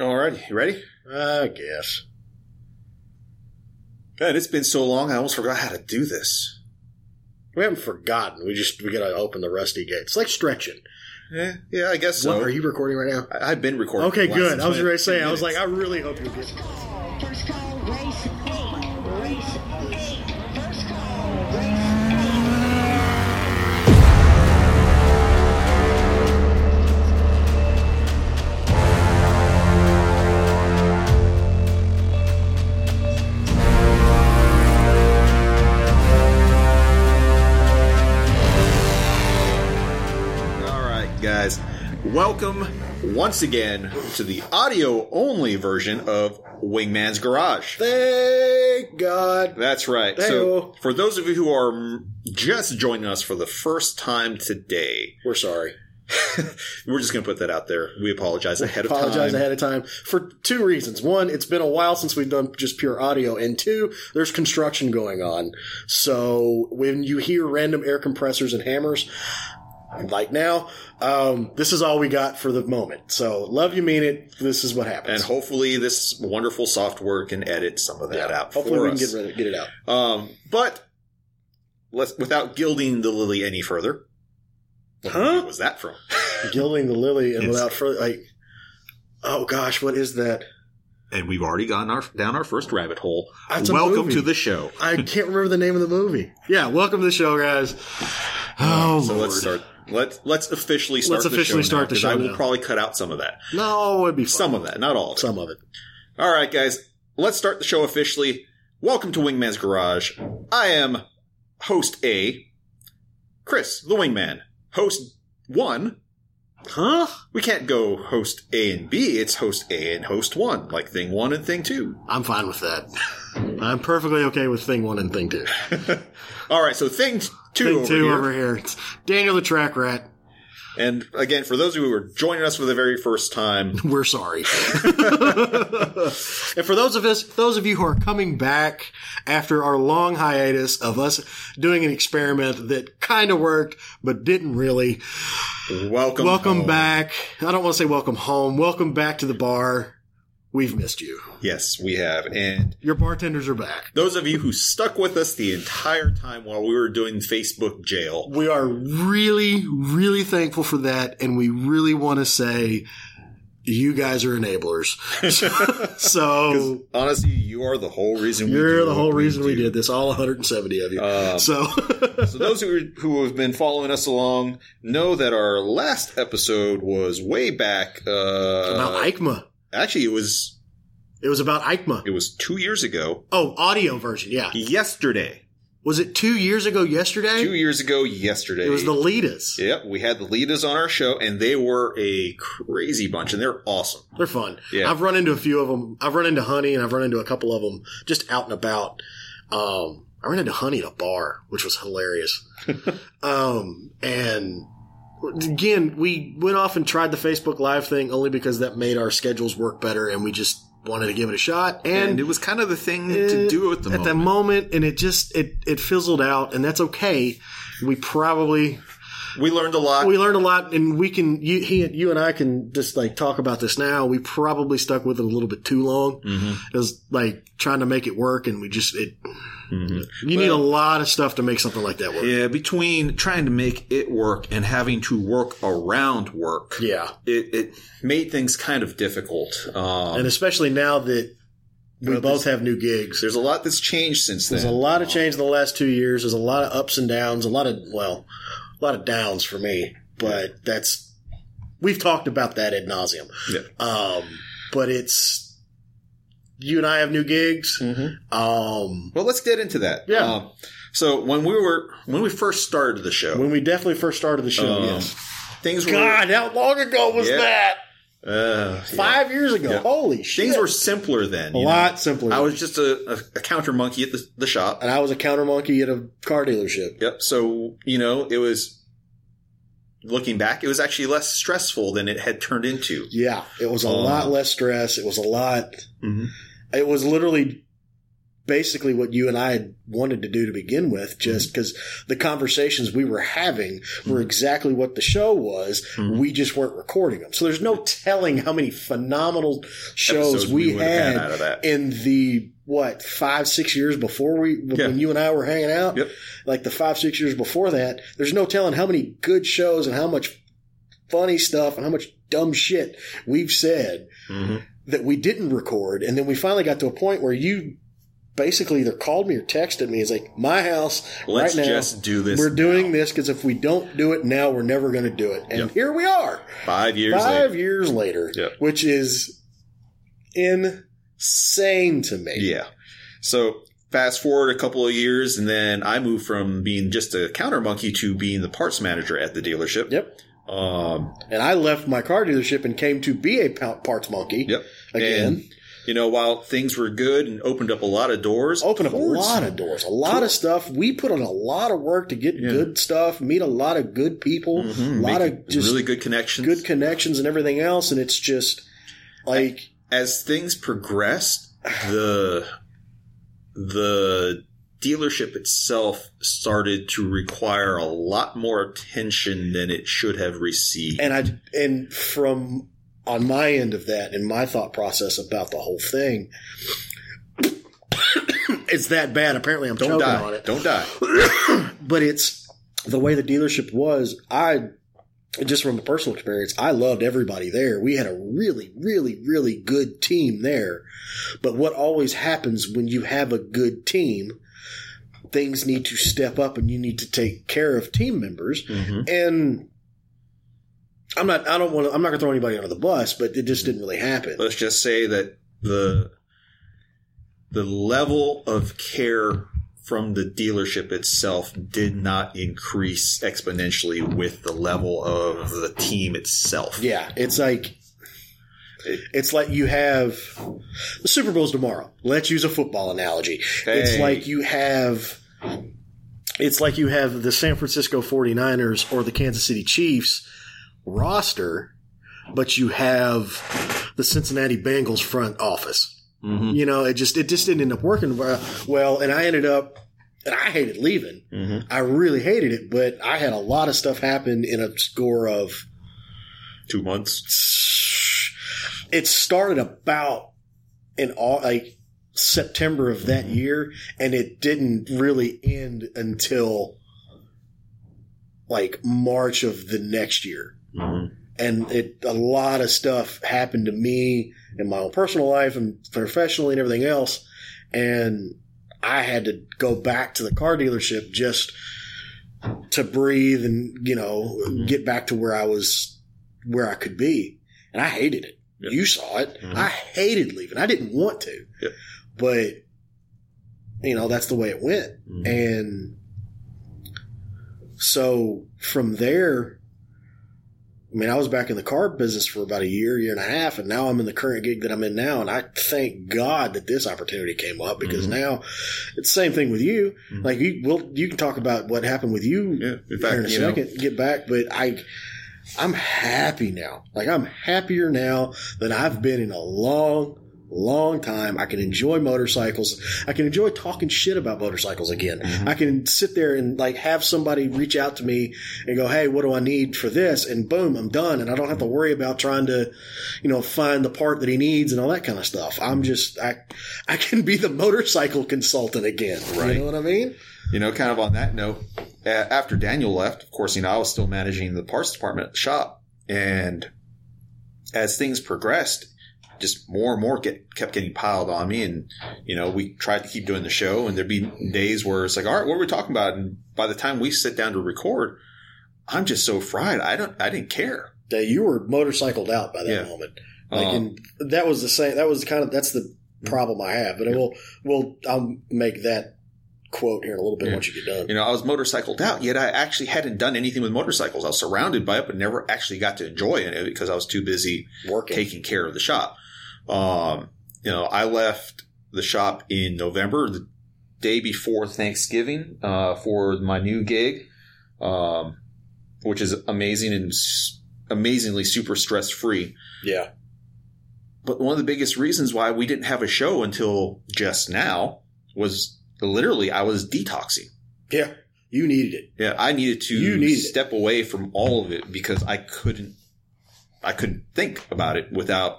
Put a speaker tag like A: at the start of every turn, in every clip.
A: All right, you ready?
B: I guess.
A: God, it's been so long, I almost forgot how to do this.
B: We haven't forgotten. We just we gotta open the rusty gate. It's like stretching.
A: Eh, yeah, I guess so.
B: What, are you recording right now?
A: I, I've been recording.
B: Okay,
A: for the last
B: good. I was
A: 10
B: ready to say. I was
A: minutes.
B: like, I really hope you get.
C: First call, race eight. Race eight. First call, race eight.
A: All right, guys. Welcome once again to the audio only version of Wingman's Garage.
B: Thank God.
A: That's right. So,
B: Hey-o.
A: for those of you who are mm, just joining us for the first time today,
B: We're sorry.
A: we're just going to put that out there. We apologize ahead of
B: Apologize
A: time.
B: ahead of time for two reasons. One, it's been a while since we've done just pure audio, and two, there's construction going on. So when you hear random air compressors and hammers, like now, um, this is all we got for the moment. So love you, mean it. This is what happens.
A: and hopefully, this wonderful software can edit some of that out.
B: Hopefully,
A: for
B: we can
A: us.
B: get rid of it, get it out.
A: Um, but let's without gilding the lily any further. What
B: Huh?
A: movie was that from?
B: Gilding the lily and
A: Yes.
B: without further like oh gosh what is that
A: And we've already gotten our down our first rabbit hole.
B: That's a
A: Welcome
B: movie.
A: to the show.
B: i can't remember the name of the movie yeah welcome to the show guys oh
A: so
B: Lord.
A: let's start. Let's let's officially start.
B: Let's
A: the
B: officially
A: show
B: start
A: now,
B: the
A: 'cause
B: show
A: I will
B: now.
A: probably cut out some of that.
B: no it'd be fun.
A: Some of that, not all. Of it.
B: some of it
A: All right, guys. Let's start the show officially. Welcome to Wingman's Garage. I am host A, Chris, the Wingman. Host one,
B: huh
A: We can't go host A and B. It's host A and host one, like thing one and thing two.
B: i'm fine with that i'm perfectly okay with thing one and thing two
A: All right, so thing t- two
B: thing
A: over
B: two
A: here.
B: over here it's daniel the track rat
A: And again, for those of you who are joining us for the very first time,
B: we're sorry. and for those of us, those of you who are coming back after our long hiatus of us doing an experiment that kind of worked but didn't really,
A: welcome,
B: welcome
A: home.
B: back. I don't want to say welcome home. Welcome back to the bar. We've missed you.
A: Yes, we have. And
B: Your bartenders are back.
A: those of you who stuck with us the entire time while we were doing Facebook jail,
B: We are really, really thankful for that, and we really want to say you guys are enablers. so
A: honestly, you are the whole reason. we
B: You're
A: do
B: the
A: what
B: whole reason we
A: do.
B: did this, all 170 of you.
A: Um,
B: so,
A: So those who who have been following us along know that our last episode was way back. Uh,
B: about ICMA.
A: actually, it was
B: It was about ICMA.
A: It was two years ago.
B: Oh, audio version, yeah.
A: Yesterday.
B: Was it two years ago yesterday?
A: Two years ago yesterday.
B: It was the leaders.
A: Yep, we had the leaders on our show, and they were a crazy bunch, and they're awesome.
B: They're fun.
A: Yeah.
B: I've run into a few of them. I've run into Honey and I've run into a couple of them just out and about. Um, I ran into Honey at a bar, which was hilarious. um, and again, we went off and tried the Facebook Live thing only because that made our schedules work better and we just wanted to give it a shot. And,
A: And it was kind of the thing
B: it-
A: to do at the
B: Uh, at
A: moment.
B: that moment, and it just it it fizzled out, and that's okay. We probably
A: we learned a lot.
B: we learned a lot, and we can you he you and I can just like talk about this now. We probably stuck with it a little bit too long.
A: Mm-hmm.
B: It was like trying to make it work, and we just it.
A: Mm-hmm.
B: You need a lot of stuff to make something like that work.
A: yeah, between trying to make it work and having to work around work,
B: yeah,
A: it, it made things kind of difficult. Um,
B: and especially now that we
A: Well,
B: both have new gigs.
A: there's a lot that's changed since then.
B: There's a lot of change in the last two years. There's a lot of ups and downs. A lot of well, a lot of downs for me. But that's we've talked about that ad nauseum.
A: Yeah.
B: Um, but it's you and I have new gigs. Um,
A: Well, let's get into that.
B: Yeah.
A: Um, so when we were when we first started the show,
B: when we definitely first started the show,
A: um,
B: yes.
A: things were
B: uh, God, how long ago was
A: Yeah.
B: that?
A: Uh,
B: Five years ago.
A: Yeah.
B: Holy shit!
A: Things were simpler then.
B: a
A: you know?
B: lot simpler.
A: I was just a, a, a counter monkey at the, the shop.
B: and I was a counter monkey at a car dealership.
A: Yep. So, you know, it was looking back, it was actually less stressful than it had turned into.
B: Yeah, Uh. it was a
A: Um,
B: lot less stress. It was a lot.
A: Mhm.
B: It was literally basically what you and I had wanted to do to begin with,
A: Mm-hmm.
B: just because the conversations we were having were exactly what the show was.
A: Mm-hmm.
B: We just weren't recording them. So there's no telling how many phenomenal shows
A: Episodes
B: we,
A: we would have
B: had,
A: had out of that.
B: in the what five six years before we when
A: Yeah.
B: you and I were hanging out.
A: Yep.
B: Like the five six years before that, there's no telling how many good shows and how much funny stuff and how much dumb shit we've said
A: Mm-hmm.
B: that we didn't record. And then we finally got to a point where you basically either called me or texted me. It's like, my house,
A: Let's
B: right now,
A: just do this.
B: we're doing this because if we don't do it now, we're never going to do it. And
A: Yep.
B: here we are,
A: Five years
B: five
A: later.
B: years later,
A: Yep.
B: which is insane to me.
A: Yeah. So fast forward a couple of years, and then I moved from being just a counter monkey to being the parts manager at the dealership.
B: Yep.
A: Um,
B: And I left my car dealership and came to be a pa- parts monkey
A: yep.
B: again.
A: And, you know, while things were good and opened up a lot of doors,
B: opened up a
A: towards-
B: lot of doors, a lot of stuff. We put on a lot of work to get
A: Yeah.
B: good stuff, meet a lot of good people,
A: Mhm,
B: a lot
A: making
B: of just
A: really good connections.
B: good connections and everything else. And it's just like
A: as things progressed, the the dealership itself started to require a lot more attention than it should have received.
B: and I and from on my end of that and my thought process about the whole thing, it's that bad. Apparently, I'm
A: don't
B: choking
A: die.
B: on it.
A: Don't die.
B: but it's the way the dealership was. I just from a personal experience, I loved everybody there. We had a really, really, really good team there. But what always happens when you have a good team, things need to step up and you need to take care of team members.
A: Mhm.
B: And I'm not, I don't want to, I'm not going to throw anybody under the bus, but it just didn't really happen.
A: Let's just say that the the level of care from the dealership itself did not increase exponentially with the level of the team itself.
B: Yeah, it's like it's like you have the Super Bowl's tomorrow. Let's use a football analogy. It's
A: Hey.
B: like you have it's like you have the San Francisco 49ers or the Kansas City Chiefs roster, but you have the Cincinnati Bengals front office.
A: Mhm.
B: You know, it just it just didn't end up working well- well and I ended up and I hated leaving.
A: Mhm.
B: I really hated it, but I had a lot of stuff happen in a score of
A: Two months.
B: it started about in all like September of that year, and it didn't really end until like March of the next year.
A: Mhm.
B: And it a lot of stuff happened to me in my own personal life and professionally and everything else, and I had to go back to the car dealership just to breathe and you know
A: Mm-hmm.
B: get back to where I was where I could be, and I hated it.
A: Yeah.
B: You saw it.
A: Mhm.
B: I hated leaving. I didn't want to,
A: Yeah.
B: but you know that's the way it went,
A: Mhm.
B: and so from there. I mean, I was back in the car business for about a year, year and a half, and now I'm in the current gig that I'm in now. And I thank God that this opportunity came up because
A: Mhm.
B: now it's the same thing with you.
A: Mhm.
B: Like you, will you can talk about what happened with you
A: Yeah. In
B: here in a
A: fact, you know,
B: second, get back. But I, I'm happy now. Like I'm happier now than I've been in a long, long time. I can enjoy motorcycles. I can enjoy talking shit about motorcycles again.
A: Mm-hmm.
B: I can sit there and like have somebody reach out to me and go, "Hey, what do I need for this?" And boom, I'm done, and I don't have to worry about trying to, you know, find the part that he needs and all that kind of stuff. I'm just I, I can be the motorcycle consultant again.
A: Right.
B: You know what I mean?
A: you know, kind of on that note, a- after Daniel left, of course, you know, I was still managing the parts department at the shop, and as things progressed, just more and more get, kept getting piled on me, and you know, we tried to keep doing the show, and there'd be days where it's like, all right, what are we talking about? And by the time we sit down to record, I'm just so fried. I don't, I didn't care.
B: that you were motorcycled out by that
A: Yeah.
B: moment. Like,
A: Um,
B: and that was the same. That was kind of that's the problem I have. But I will, will I'll make that quote here in a little bit
A: Yeah.
B: once you get done.
A: you know, I was motorcycled out, yet I actually hadn't done anything with motorcycles. I was surrounded by it, but never actually got to enjoy it because I was too busy
B: Working.
A: taking care of the shop. Um, you know, I left the shop in November, the day before Thanksgiving, uh, for my new gig, um, which is amazing and s- amazingly super stress free.
B: yeah,
A: But one of the biggest reasons why we didn't have a show until just now was literally I was detoxing.
B: Yeah. You needed it.
A: Yeah, I needed to
B: You needed it.
A: step away from all of it because I couldn't I couldn't think about it without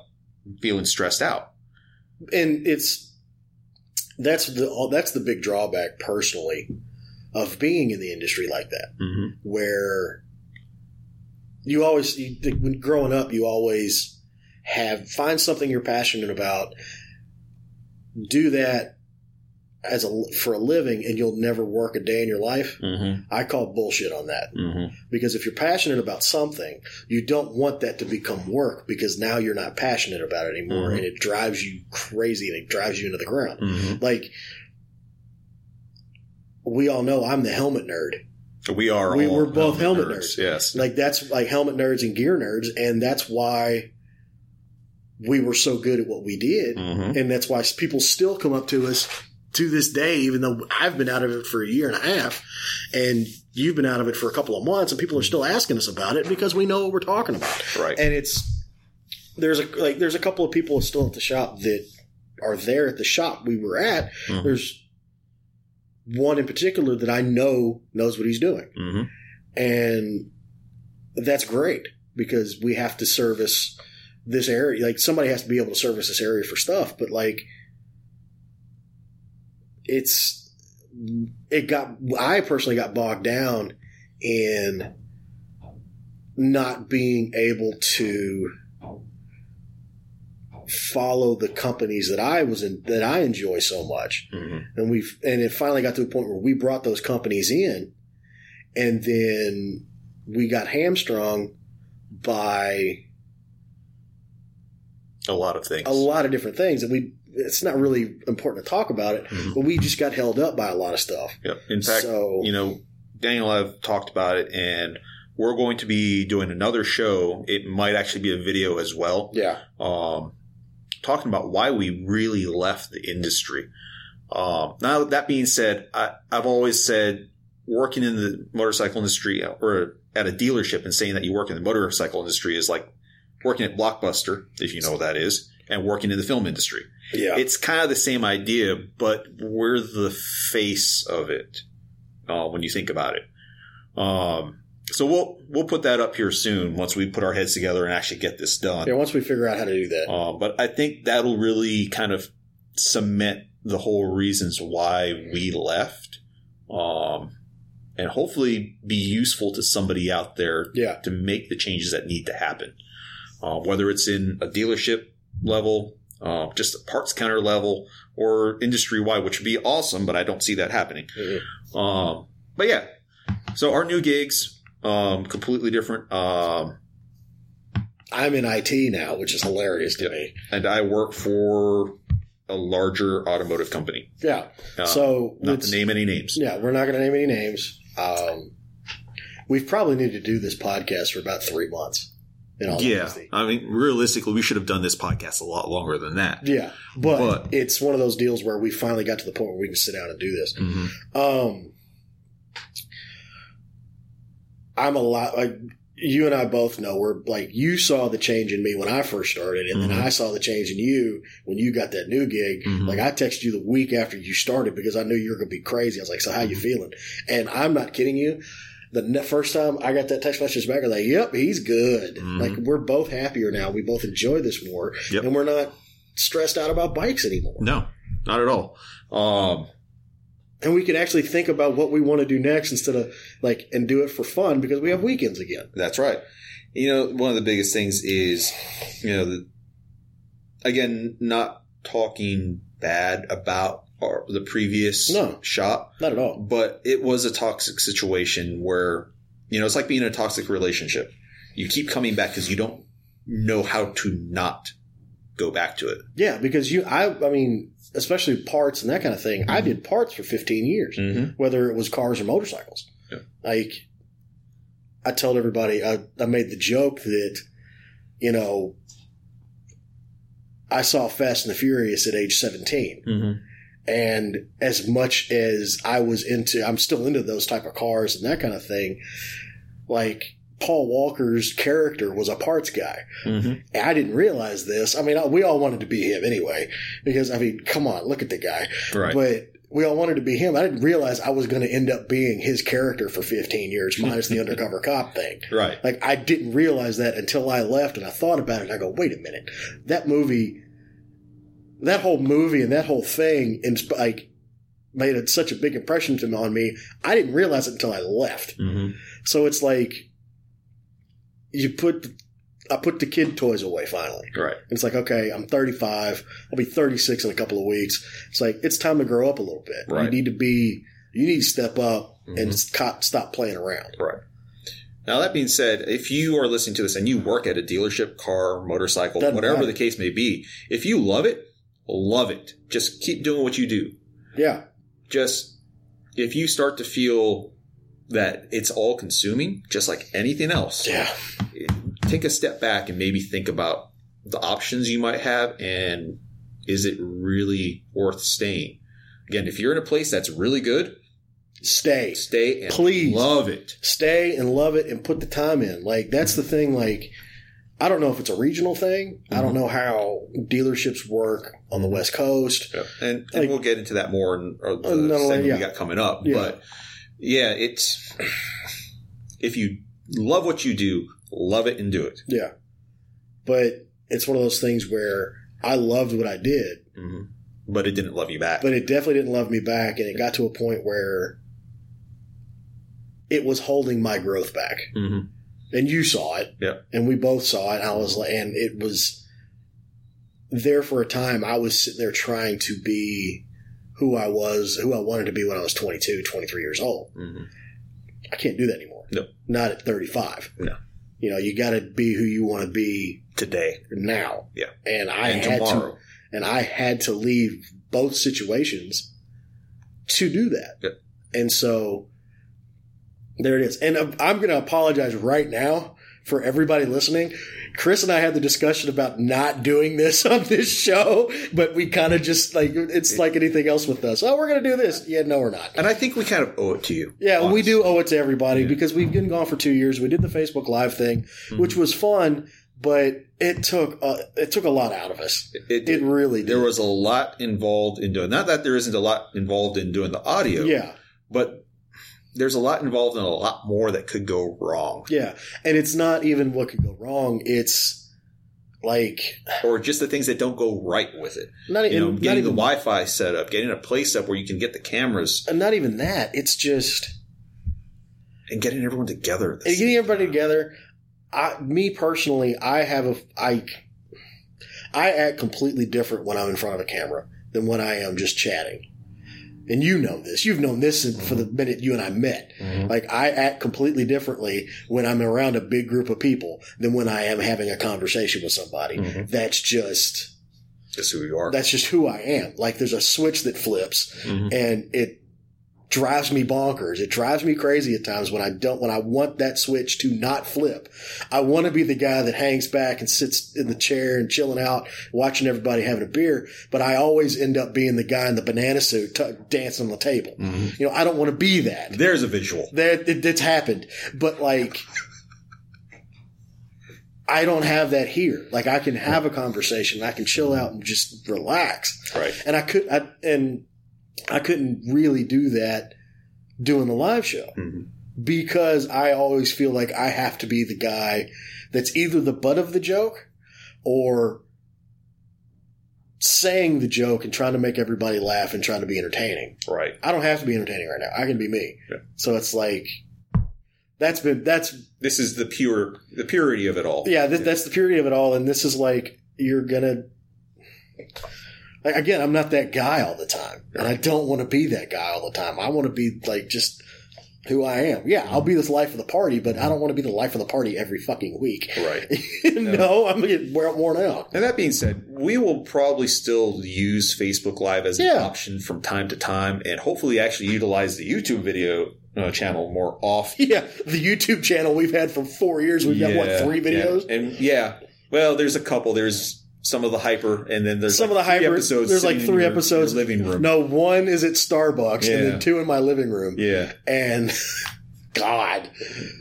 A: feeling stressed out.
B: and it's that's the that's the big drawback personally of being in the industry like that
A: Mm-hmm.
B: where you always you, when growing up you always have find something you're passionate about do that as a for a living and you'll never work a day in your life
A: Mm-hmm.
B: i call bullshit on that
A: Mm-hmm.
B: because if you're passionate about something, you don't want that to become work because now you're not passionate about it anymore
A: Mhm.
B: and it drives you crazy and it drives you into the ground.
A: Mm-hmm.
B: Like, we all know I'm the helmet nerd.
A: We are
B: We
A: all
B: were both helmet nerds.
A: Yes.
B: Like, that's like helmet nerds and gear nerds. And that's why we were so good at what we did.
A: Mm-hmm.
B: And that's why people still come up to us to this day, even though I've been out of it for a year and a half, and you've been out of it for a couple of months, and people are still asking us about it because we know what we're talking about.
A: Right.
B: And it's there's a like there's a couple of people still at the shop that are there at the shop we were at.
A: Mhm.
B: There's one in particular that I know knows what he's doing
A: Mm-hmm.
B: and that's great because we have to service this area like somebody has to be able to service this area for stuff but like it's it got i personally got bogged down in not being able to follow the companies that i was in that i enjoy so much
A: Mm-hmm.
B: and we and it finally got to a point where we brought those companies in, and then we got hamstrung by
A: A lot of things.
B: a lot of different things, and we it's not really important to talk about it,
A: Mhm.
B: but we just got held up by a lot of stuff.
A: Yep. In fact,
B: so
A: you know, Daniel and I have talked about it, and we're going to be doing another show. It might actually be a video as well,
B: yeah,
A: um, talking about why we really left the industry. Um, now, that being said, I, I've always said working in the motorcycle industry or at a dealership and saying that you work in the motorcycle industry is like working at Blockbuster, if you know what that is, and working in the film industry.
B: yeah,
A: It's kind of the same idea, but we're the face of it uh, when you think about it. Um, so we'll we'll put that up here soon once we put our heads together and actually get this done.
B: yeah. Once we figure out how to do that,
A: Uh, but I think that'll really kind of cement the whole reasons why we left, um, and hopefully be useful to somebody out there
B: yeah,
A: to make the changes that need to happen, uh, whether it's in a dealership level, uh, just a parts counter level, or industry wide, which would be awesome, but I don't see that happening.
B: Mhm.
A: Um, but yeah, so our new gigs, um, completely different. Um,
B: I'm in IT now, which is hilarious to
A: Yeah.
B: me.
A: and I work for a larger automotive company.
B: Yeah,
A: Uh,
B: so
A: not
B: it's-
A: to name any names.
B: Yeah, we're not going to name any names. Um, we've probably needed to do this podcast for about three months. In all honesty.
A: I mean, realistically, we should have done this podcast a lot longer than that.
B: Yeah, but,
A: But-
B: it's one of those deals where we finally got to the point where we can sit down and do this.
A: Mm-hmm.
B: Um, I'm a lot like you and I both know we're like you saw the change in me when I first started, and then
A: Mhm.
B: I saw the change in you when you got that new gig.
A: Mhm.
B: Like I texted you the week after you started because I knew you were going to be crazy. I was like, "So how
A: Mm-hmm.
B: you feeling?" And I'm not kidding you. The ne- first time I got that text message back, I was like, "Yep, he's good."
A: Mhm.
B: Like we're both happier now. We both enjoy this more,
A: Yep.
B: and we're not stressed out about bikes anymore.
A: No, not at all. Um,
B: and we can actually think about what we want to do next instead of like and do it for fun because we have weekends again.
A: That's right. You know, one of the biggest things is, you know, the, again, not talking bad about our, the previous
B: No.
A: shop,
B: Not at all.
A: but it was a toxic situation where, you know, it's like being in a toxic relationship. You keep coming back because you don't know how to not go back to it.
B: Yeah, because you, I, I mean, especially parts and that kind of thing. I did parts for 15 years,
A: Mm-hmm.
B: whether it was cars or motorcycles.
A: Yeah.
B: Like, I told everybody, I, I made the joke that, you know, I saw Fast and the Furious at age 17.
A: Mm-hmm.
B: and as much as I was into, I'm still into those type of cars and that kind of thing. Like Paul Walker's character was a parts guy.
A: Mm-hmm.
B: And I didn't realize this. I mean, I- we all wanted to be him anyway, because I mean, come on, look at the guy.
A: Right.
B: But we all wanted to be him. I didn't realize I was going to end up being his character for 15 years, minus the undercover cop thing.
A: Right.
B: Like I didn't realize that until I left and I thought about it and I go, wait a minute. That movie that whole movie and that whole thing insp- like made it such a big impression to on me. I didn't realize it until I left.
A: Mm-hmm.
B: So it's like you put I put the kid toys away finally.
A: Right.
B: It's like, okay, I'm 35. I'll be 36 in a couple of weeks. It's like, it's time to grow up a little bit. You
A: Right.
B: need to be, you need to step up and
A: Mhm.
B: stop, stop playing around.
A: Now that being said, if you are listening to this and you work at a dealership, car, motorcycle,
B: Doesn't
A: whatever
B: matter.
A: the case may be, if you love it, love it. Just keep doing what you do.
B: Yeah.
A: Just if you start to feel that it's all consuming, just like anything else,
B: Yeah.
A: take a step back and maybe think about the options you might have and is it really worth staying? Again, if you're in a place that's really good,
B: Stay.
A: stay and
B: Please.
A: love it.
B: Stay and love it and put the time in. Like, that's the thing. Like, I don't know if it's a regional thing. I don't know how dealerships work on the West Coast.
A: And, and
B: Like-
A: we'll get into that more in or the
B: Uh, no,
A: segment
B: yeah.
A: we got coming up.
B: Yeah.
A: But yeah, it's if you love what you do, love it and do it.
B: Yeah. But it's one of those things where I loved what I did.
A: But it didn't love you back.
B: but it definitely didn't love me back and it got to a point where it was holding my growth back
A: Mhm.
B: and you saw it
A: Yep.
B: and we both saw it and i was like and it was there for a time i was sitting there trying to be who i was who i wanted to be when i was 22 23 years old
A: Mhm.
B: i can't do that anymore
A: No.
B: not at 35
A: No.
B: you know you got to be who you want to be
A: Today
B: now
A: Yeah.
B: and i
A: and
B: had to
A: tomorrow.
B: and I had to leave both situations to do that.
A: Yep.
B: And so there it is. And I'm- I'm going to apologize right now for everybody listening. Chris and I had the discussion about not doing this on this show, but we kind of just like it's like anything else with us. Oh, we're going to do this. Yeah, no, we're not.
A: And I think we kind of owe it to you.
B: Yeah, we
A: honestly.
B: do owe it to everybody because we've been gone for two years. We did the Facebook Live thing, which was fun, but it took a, it took a lot out of us.
A: It,
B: It really did.
A: there was a lot involved in doing. Not that there isn't a lot involved in doing the audio.
B: yeah.
A: But there's a lot involved and a lot more that could go wrong,
B: Yeah, and it's not even what could go wrong. It's like
A: or just the things that don't go right with it.
B: not,
A: you
B: even
A: know,
B: not
A: getting the
B: even
A: Wi-Fi set up, getting a place up where you can get the cameras,
B: and not even that. It's just
A: and getting everyone together. at the
B: and
A: same
B: getting everybody
A: time.
B: together. I, me personally, I have a I, I act completely different when I'm in front of a camera than when I am just chatting. And you know this. You've known this since- for the
A: Mm-hmm.
B: minute you and I met.
A: Mhm.
B: Like I act completely differently when I'm around a big group of people than when I am having a conversation with somebody.
A: Mhm.
B: That's just
A: That's who you are.
B: that's just who I am. Like there's a switch that flips
A: Mhm.
B: and it drives me bonkers. It drives me crazy at times when I don't, when I want that switch to not flip. I want to be the guy that hangs back and sits in the chair and chilling out, watching everybody having a beer. But I always end up being the guy in the banana suit t- dancing on the table.
A: Mhm.
B: You know, I don't want to be that.
A: There's a visual.
B: That it, it's happened, but like, I don't have that here. Like, I can have a conversation, I can chill out and just relax.
A: Right.
B: And I could, I, and I couldn't really do that doing the live show
A: Mhm.
B: because I always feel like I have to be the guy that's either the butt of the joke or saying the joke and trying to make everybody laugh and trying to be entertaining.
A: Right.
B: I don't have to be entertaining right now. I can be me.
A: Yeah.
B: So it's like that's been that's
A: This is the pure, the purity of it all.
B: yeah th- that's the purity of it all. And this is like you're gonna like again. I'm not that guy all the time, and I don't want to be that guy all the time. I want to be like just who I am. Yeah, I'll be the life of the party, but I don't want to be the life of the party every fucking week.
A: Right.
B: no, I'm gonna get wear- worn out.
A: And that being said, we will probably still use Facebook Live as an
B: Yeah.
A: option from time to time, and hopefully actually utilize the YouTube video uh, channel more often.
B: Yeah, the YouTube channel we've had for four years. We've got what three videos.
A: yeah. and yeah. Well, there's a couple. There's some of the hyper, and then there's
B: Some
A: like
B: of the
A: three
B: hyper-
A: episodes.
B: there's like
A: sitting in
B: three
A: your-
B: episodes.
A: your living room.
B: No, one is at Starbucks, and
A: Yeah.
B: then two in my living room.
A: Yeah,
B: and God,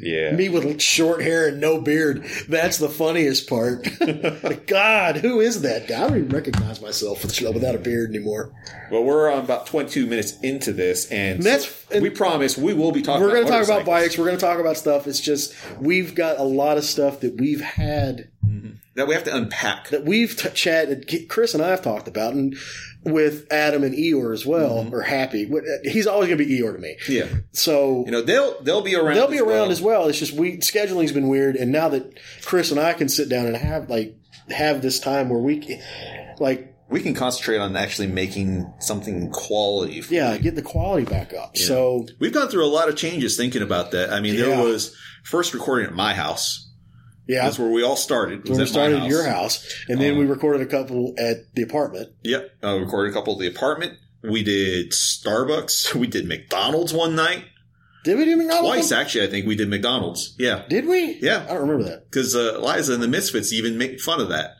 A: Yeah.
B: me with short hair and no beard. That's the funniest part. God, who is that guy? I don't even recognize myself with- without a beard anymore.
A: Well, we're on about 22 minutes into this, and
B: That's-
A: we promise we will be talking.
B: We're going to talk about
A: Uh, motorcycles.
B: bikes. We're going to talk about stuff. It's just we've got a lot of stuff that we've had
A: that we have to unpack.
B: that we've t- chatted. Chris and I have talked about, and with Adam and Eeyore as well,
A: Mm-hmm.
B: or Happy. What- uh, He's always going to be Eeyore to me.
A: Yeah,
B: So
A: you know they'll they'll be around.
B: They'll be around as well. It's just we scheduling's been weird, and now that Chris and I can sit down and have like have this time where we c- like
A: We can concentrate on actually making something quality. For
B: yeah get the quality back up. So
A: We've gone through a lot of changes thinking about that. I mean,
B: Yeah.
A: there was first recording at my house.
B: yeah,
A: That's where we all started. was
B: when we
A: at my
B: started at your house, and then
A: Um,
B: we recorded a couple at the apartment.
A: Yep. I recorded a couple of the apartment. We did Starbucks. We did McDonald's one night.
B: Did we do McDonald's?
A: Twice, actually, I think we did McDonald's. Yeah.
B: Did we?
A: Yeah.
B: I don't remember that.
A: Because uh, Liza and the Misfits even make fun of that.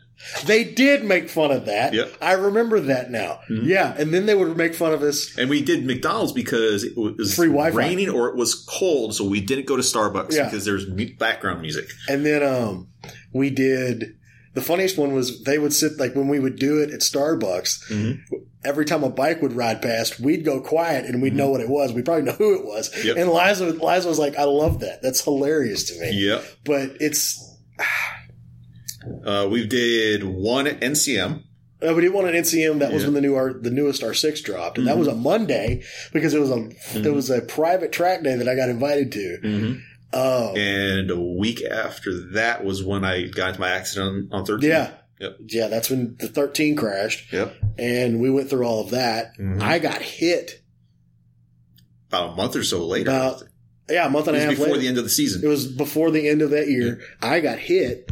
B: They did make fun of that.
A: Yep. Mm-hmm.
B: I remember that now. Yeah, and then they would make fun of us.
A: And we did McDonald's because it was
B: Free Wi-Fi.
A: raining or it was cold, so we didn't go to Starbucks
B: Yeah.
A: because there's mu- background music.
B: And then um, we did. The funniest one was they would sit like when we would do it at Starbucks.
A: Mm-hmm.
B: Every time a bike would ride past, we'd go quiet and we'd know what it was. We probably know who it was.
A: Mm-hmm. Yep.
B: And Liza, Liza was like, "I love that. That's hilarious to me."
A: Yep.
B: But it's
A: Uh, we did one at NCM.
B: uh, we did one at NCM. That was
A: Yeah. Mm-hmm.
B: when the new R, the newest R six dropped, and that was a Monday because it was a it was a private track day that I got invited to. Um,
A: And a week after that was when I got into my accident on, on 13.
B: yeah.
A: Yep.
B: Yeah, that's when the 13 crashed,
A: Yep.
B: and we went through all of that.
A: Mhm.
B: I got hit
A: About a month or so later.
B: About- yeah, a month
A: it
B: and a
A: was
B: half
A: before
B: later.
A: the end of the season.
B: it was before the end of that year. I got hit,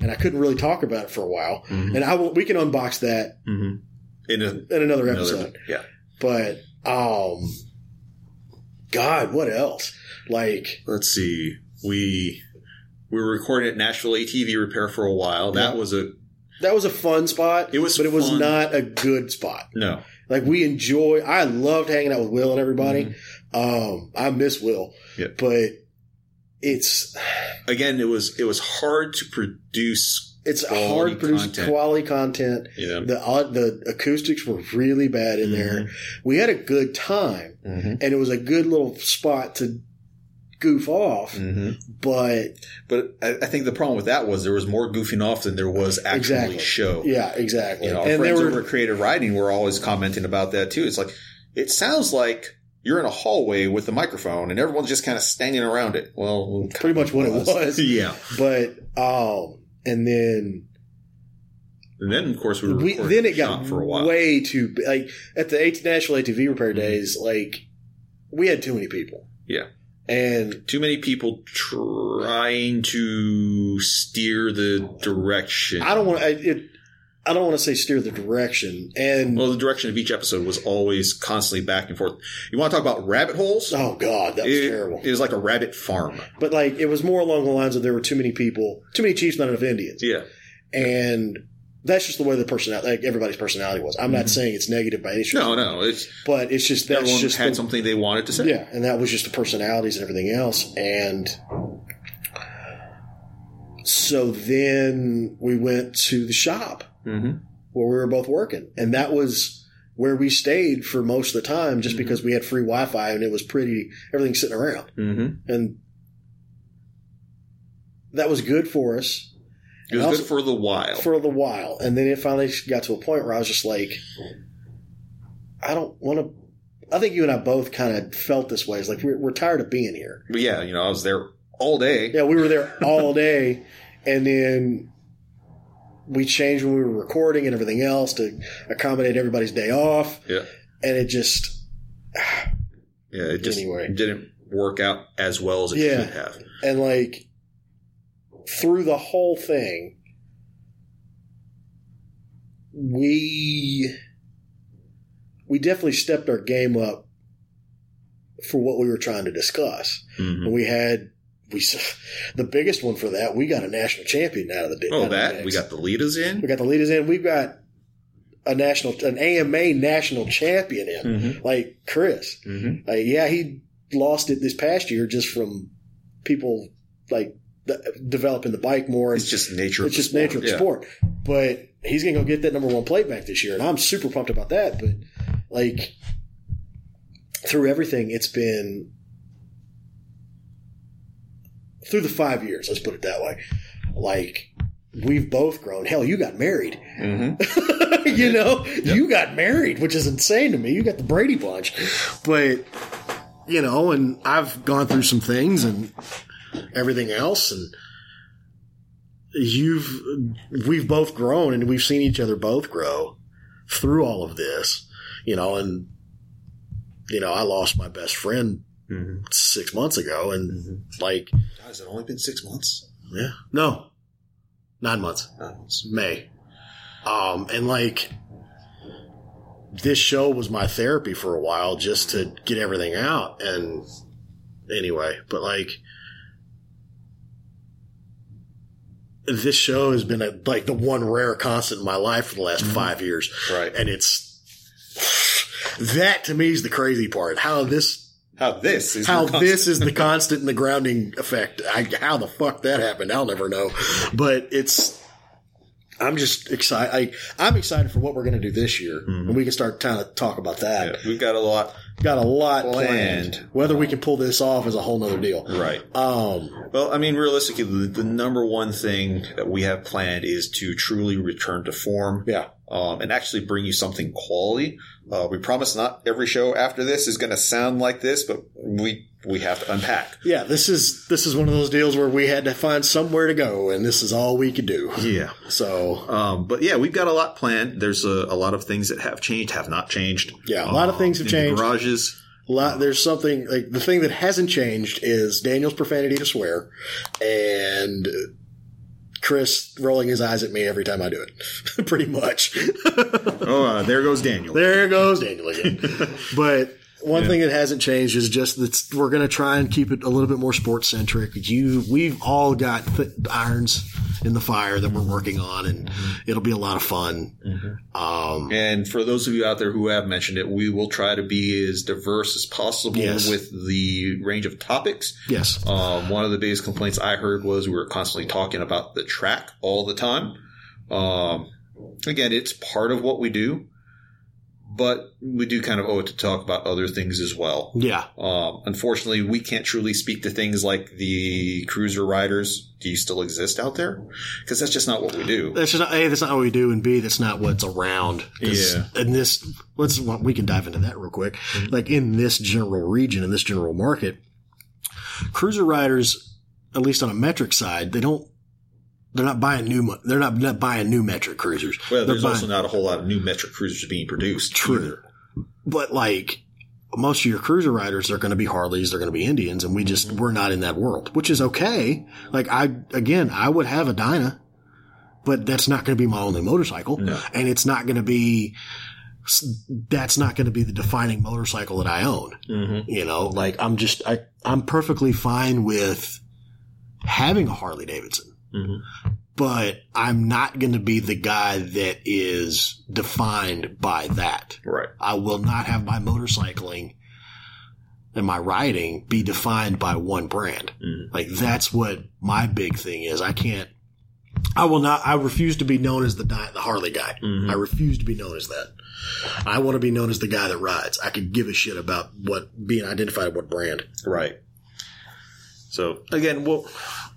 B: and I couldn't really talk about it for a while.
A: Mhm.
B: And I will, we can unbox that
A: Mhm. In a,
B: in another
A: another-
B: episode.
A: yeah.
B: But um, God, what else? Like
A: Let's see. We we were recording at Nashville ATV Repair for a while. That
B: Yeah.
A: was a
B: that was a fun spot.
A: It was
B: but it was
A: fun.
B: not a good spot.
A: no.
B: Like we enjoy. I loved hanging out with Will and everybody.
A: Hmm.
B: Um, I miss Will,
A: Yeah.
B: but it's
A: Again, it was it was hard to produce.
B: it's
A: Quality
B: hard to produce
A: content.
B: quality content.
A: Yeah.
B: The au- the acoustics were really bad in there. We had a good time,
A: Mm-hmm.
B: and it was a good little spot to goof off.
A: Mm-hmm.
B: But
A: But I, I think the problem with that was there was more goofing off than there was actually
B: Exactly.
A: show.
B: yeah, exactly.
A: You know, our
B: and there
A: friends
B: were
A: over at Creative Writing were always commenting about that too. It's like it sounds like you're in a hallway with a microphone and everyone's just kind of standing around it. Well,
B: pretty much what it was.
A: yeah.
B: but um, and then
A: And then of course we were
B: we
A: recording
B: then
A: the
B: it got
A: shop for a while. Mm-hmm.
B: way too b- like at the 18 National ATV Repair Days. Like we had too many people.
A: Yeah.
B: and
A: too many people trying to steer the direction.
B: I don't want to. I don't want to say steer the direction and.
A: Well, the direction of each episode was always constantly back and forth. You want to talk about rabbit holes?
B: Oh God, that was
A: it,
B: terrible.
A: it was like a rabbit farm.
B: But like it was more along the lines of there were too many people, too many Chiefs, not enough Indians,
A: Yeah.
B: and that's just the way the personality, like everybody's personality was. I'm not saying it's negative by any stretch,
A: No, no. It's
B: but it's just that's
A: everyone
B: just
A: had
B: the-
A: something they wanted to say.
B: yeah, and that was just the personalities and everything else, and so then we went to the shop
A: Mm-hmm.
B: where we were both working, and that was. Where we stayed for most of the time, just because we had free Wi-Fi and it was pretty, everything sitting around.
A: Mm-hmm.
B: and that was good for us
A: It was
B: And also-
A: good for the while.
B: for the while. And then it finally got to a point where I was just like, I don't want to. I think you and I both kind of felt this way. It's like we're, we're tired of being here.
A: but yeah, you know, I was there all day.
B: Yeah, we were there all day, and then we changed when we were recording and everything else to accommodate everybody's day off.
A: Yeah.
B: and it just
A: Yeah, it just
B: Anyway.
A: didn't work out as well as it
B: Yeah.
A: should have.
B: and like through the whole thing we we definitely stepped our game up for what we were trying to discuss
A: Mhm.
B: and we had we s- the biggest one for that we got a national champion out of the out
A: Oh,
B: of the
A: that
B: mix.
A: we got the leaders
B: we
A: in.
B: got the leaders in we've got a national an ama national champion in
A: Mhm.
B: like chris
A: Mm-hmm.
B: like, yeah, he lost it this past year just from people like th- developing the bike more. and
A: It's just nature.
B: it's
A: of the
B: just
A: sport.
B: nature of the
A: Yeah.
B: sport. But he's going to go get that number one plate back this year, and I'm super pumped about that. But like through everything, it's been through the five years. Let's put it that way. Like we've both grown. Hell, you got married.
A: Mhm.
B: Mm-hmm. you know, you got married, which is insane to me. You got the Brady bunch, but you know, and I've gone through some things and everything else, and you've we've both grown and we've seen each other both grow through all of this, you know, and you know, I lost my best friend
A: Mhm.
B: six months ago, and like,
A: Has it only been six months?
B: yeah, no, nine months.
A: Nine months.
B: May. Um, and like this show was my therapy for a while just to get everything out. And anyway, but like this show has been a, like the one rare constant in my life for the last five years.
A: Right.
B: And it's that to me is the crazy part. How this
A: How this is
B: how
A: the constant-
B: this is the constant and the grounding effect. I, how the fuck that happened, I'll never know. But it's, I'm just excited. I, I'm excited for what we're going to do this year, and we can start kind of talk about that.
A: Mm-hmm. Yeah, we've got a lot.
B: Got a lot planned.
A: Planned.
B: Whether we can pull this off is a whole nother deal.
A: Right.
B: Um,
A: Well, I mean, realistically, the, the number one thing that we have planned is to truly return to form.
B: yeah,
A: um, and actually bring you something quality. Uh, we promise not every show after this is going to sound like this, but we we have to unpack.
B: yeah. This is this is one of those deals where we had to find somewhere to go, and this is all we could do.
A: Yeah.
B: So
A: Um, but yeah, we've got a lot planned. There's a, a lot of things that have changed, have not changed. Um,
B: Yeah, a lot of things have
A: in the
B: changed.
A: garages.
B: a lot, there's something like the thing that hasn't changed is Daniel's profanity to swear and Chris rolling his eyes at me every time I do it, pretty much.
A: Oh, uh, there goes Daniel.
B: there goes Daniel again. but one thing that hasn't changed is just that we're going to try and keep it a little bit more sports centric. You, we've all got th- irons in the fire that we're working on, and it'll be a lot of fun. Um,
A: And for those of you out there who have mentioned it, we will try to be as diverse as possible
B: Yes.
A: with the range of topics.
B: yes,
A: Um, one of the biggest complaints I heard was we were constantly talking about the track all the time. Um, again, it's part of what we do, but we do kind of owe it to talk about other things as well.
B: yeah,
A: Um, unfortunately, we can't truly speak to things like the cruiser riders. Do you still exist out there? Because that's just not what we do.
B: that's just not, a that's not what we do and b that's not what's around 'Cause
A: Yeah. Mm-hmm.
B: in this let's well, we can dive into that real quick like in this general region in this general market cruiser riders at least on a metric side they don't they're not buying new mo- they're not, not buying new metric cruisers
A: Well,
B: they're
A: there's
B: buying,
A: also not a whole lot of new metric cruisers being produced.
B: True.
A: either.
B: but like most of your cruiser riders are going to be Harleys, they're going to be Indians, and we just we're not in that world, which is okay. Like I again, I would have a Dyna, but that's not going to be my only motorcycle,
A: No.
B: and it's not going to be that's not going to be the defining motorcycle that I own. You know, like I'm just I I'm perfectly fine with having a Harley Davidson.
A: Mhm.
B: But I'm not going to be the guy that is defined by that.
A: Right.
B: I will not have my motorcycling and my riding be defined by one brand.
A: Mhm.
B: Like that's what my big thing is. I can't. I will not. I refuse to be known as the di- the Harley guy.
A: Mhm.
B: I refuse to be known as that. I want to be known as the guy that rides. I could give a shit about what being identified with what brand.
A: Right. So again, we'll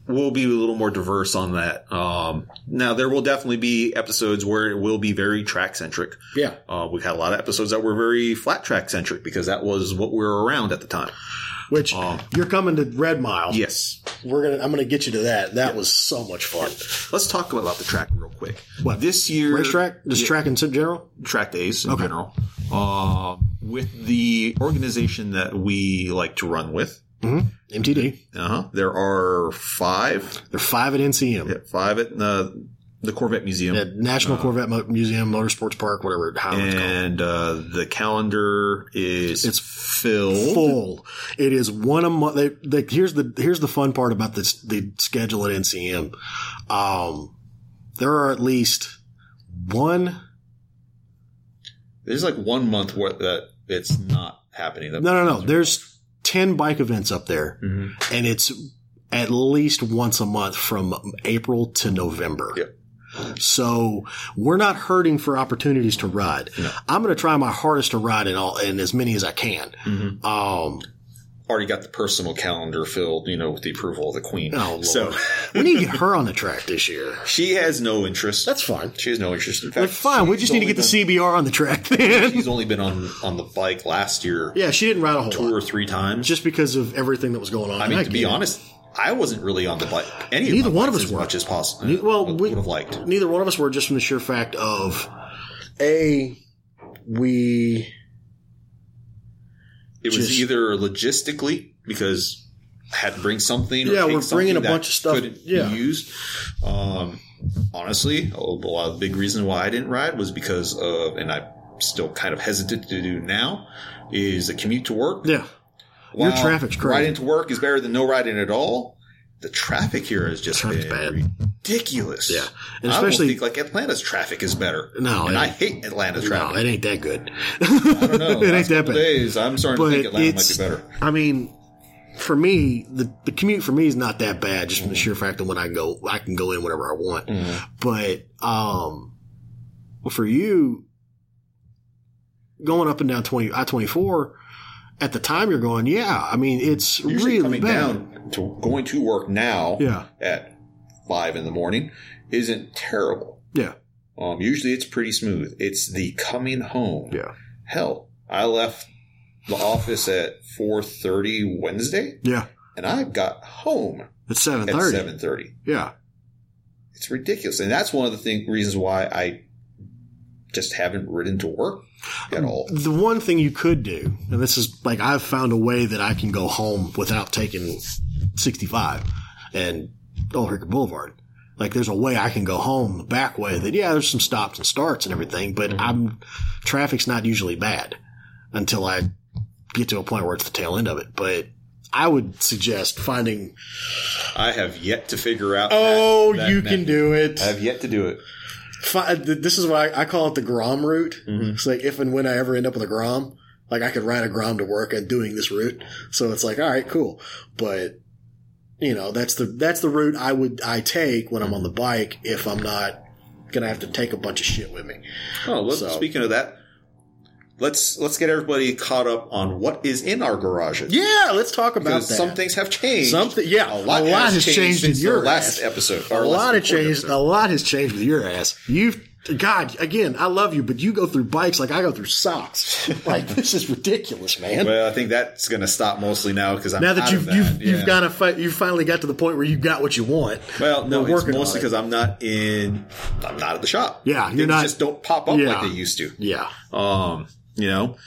A: we'll be a little more diverse on that. Um, now there will definitely be episodes where it will be very track centric.
B: Yeah.
A: Uh, we've had a lot of episodes that were very flat track centric because that was what we were around at the time.
B: Which
A: Um,
B: you're coming to Red Mile.
A: Yes.
B: We're gonna. I'm gonna get you to that. That was so much fun.
A: Let's talk about the track real quick.
B: What?
A: This year,
B: Racetrack. Just
A: Yeah.
B: track in general.
A: track days in general, um, with the organization that we like to run with.
B: MTD.
A: Uh-huh. There are five,
B: They're five at NCM.
A: yeah, five at the, the Corvette Museum.
B: at National Corvette Mo- Museum, Motorsports Park, whatever how it's called.
A: Uh, and uh, the calendar is
B: It's
A: filled.
B: Full. It is one a month. They, they, here's the here's the fun part about this the schedule at NCM. Um, there are at least one.
A: There's like one month where that it's not happening.
B: No, no, no. There's 10 bike events up there,
A: Mm-hmm.
B: and it's at least once a month from April to November.
A: Yep.
B: So we're not hurting for opportunities to ride. I'm going to try my hardest to ride in all in as many as I can.
A: Mm-hmm.
B: Um,
A: Already got the personal calendar filled, you know, with the approval of the queen.
B: Oh, Lord.
A: So
B: we need to get her on the track this year.
A: she has no interest.
B: That's fine.
A: she has no interest. In fact,
B: That's fine. We just need to get the CBR on the track then.
A: She's only been on on the bike last year
B: yeah, she didn't ride a whole
A: two or
B: lot
A: three times.
B: just because of everything that was going on.
A: I
B: And
A: mean, to be
B: get it.
A: honest, I wasn't really on the bike. Any
B: Neither
A: of my
B: one of
A: bikes
B: us
A: as
B: were.
A: much as possible. uh,
B: Ne- well,
A: would,
B: we-
A: would have liked.
B: neither one of us were just from the sheer fact of a we
A: It was
B: just-
A: either logistically because I had to bring something. Or
B: Yeah,
A: take
B: we're bringing
A: something
B: a
A: that
B: bunch of stuff,
A: Couldn't
B: yeah.
A: be used. Um, honestly, a lot of the big reason why I didn't ride was because of, and I'm still kind of hesitant to do now, is the commute to work.
B: yeah Your traffic's crazy.
A: Riding to work is better than no riding at all. The traffic here has just
B: Traffic's
A: been
B: bad.
A: ridiculous.
B: Yeah. And
A: and
B: especially-
A: especially think like Atlanta's traffic is better.
B: No,
A: and
B: it-
A: I hate Atlanta
B: no
A: traffic.
B: it ain't that good.
A: I don't know.
B: it ain't
A: Last
B: that
A: couple
B: bad.
A: Days, I'm starting to
B: But
A: think Atlanta might
B: it's-
A: be better.
B: I mean, for me, the, the commute for me is not that bad, just from the sheer fact that when I go, I can go in whenever I want. But um, for you, going up and down twenty I twenty four, at the time you're going, yeah. I mean, it's
A: Usually
B: really
A: coming
B: bad.
A: down to going to work now
B: Yeah,
A: at five in the morning isn't terrible.
B: yeah,
A: Um, usually it's pretty smooth. It's the coming home.
B: yeah,
A: Hell, I left the office at four thirty Wednesday,
B: yeah.
A: and I got home
B: It's seven
A: at
B: thirty.
A: seven thirty.
B: Yeah,
A: It's ridiculous, and that's one of the thing, reasons why I just haven't ridden to work
B: Um,
A: at all.
B: the one thing you could do, and this is like I've found a way that I can go home without taking 65 and Old Hickory Boulevard. Like there's a way I can go home the back way that yeah, there's some stops and starts and everything, but I'm traffic's not usually bad until I get to a point where it's the tail end of it. But I would suggest finding
A: I have yet to figure out.
B: Oh,
A: that- that
B: you
A: method.
B: can do it.
A: I have yet to do it.
B: Fi- th- this is why I call it the Grom route.
A: Mm-hmm.
B: It's like if and when I ever end up with a Grom, like I could ride a Grom to work and doing this route. So it's like, all right, cool. But you know, that's the that's the route I would I take when I'm on the bike if I'm not gonna have to take a bunch of shit with me.
A: Oh, well,
B: So-
A: speaking of that, let's let's get everybody caught up on what is in our garages.
B: Yeah, let's talk about
A: because
B: that.
A: some things have changed.
B: Something, yeah, a lot, has, changed, in
A: since
B: your
A: the last
B: ass.
A: episode.
B: A
A: our last
B: lot has
A: recorded
B: changed.
A: episode.
B: A lot has changed with your ass. You've, God, again, I love you, but you go through bikes like I go through socks. like this is ridiculous, man.
A: Well, I think that's going to stop mostly now because I'm
B: now that
A: out
B: you've
A: of
B: you've,
A: yeah.
B: you've got a fi- you finally got to the point where you got what you want.
A: Well, no,
B: We're
A: it's
B: working on
A: mostly
B: it.
A: because I'm not in. I'm not at the shop.
B: Yeah, you're
A: Things
B: not-
A: Just don't pop up
B: Yeah.
A: like they used to.
B: yeah,
A: Um, you know,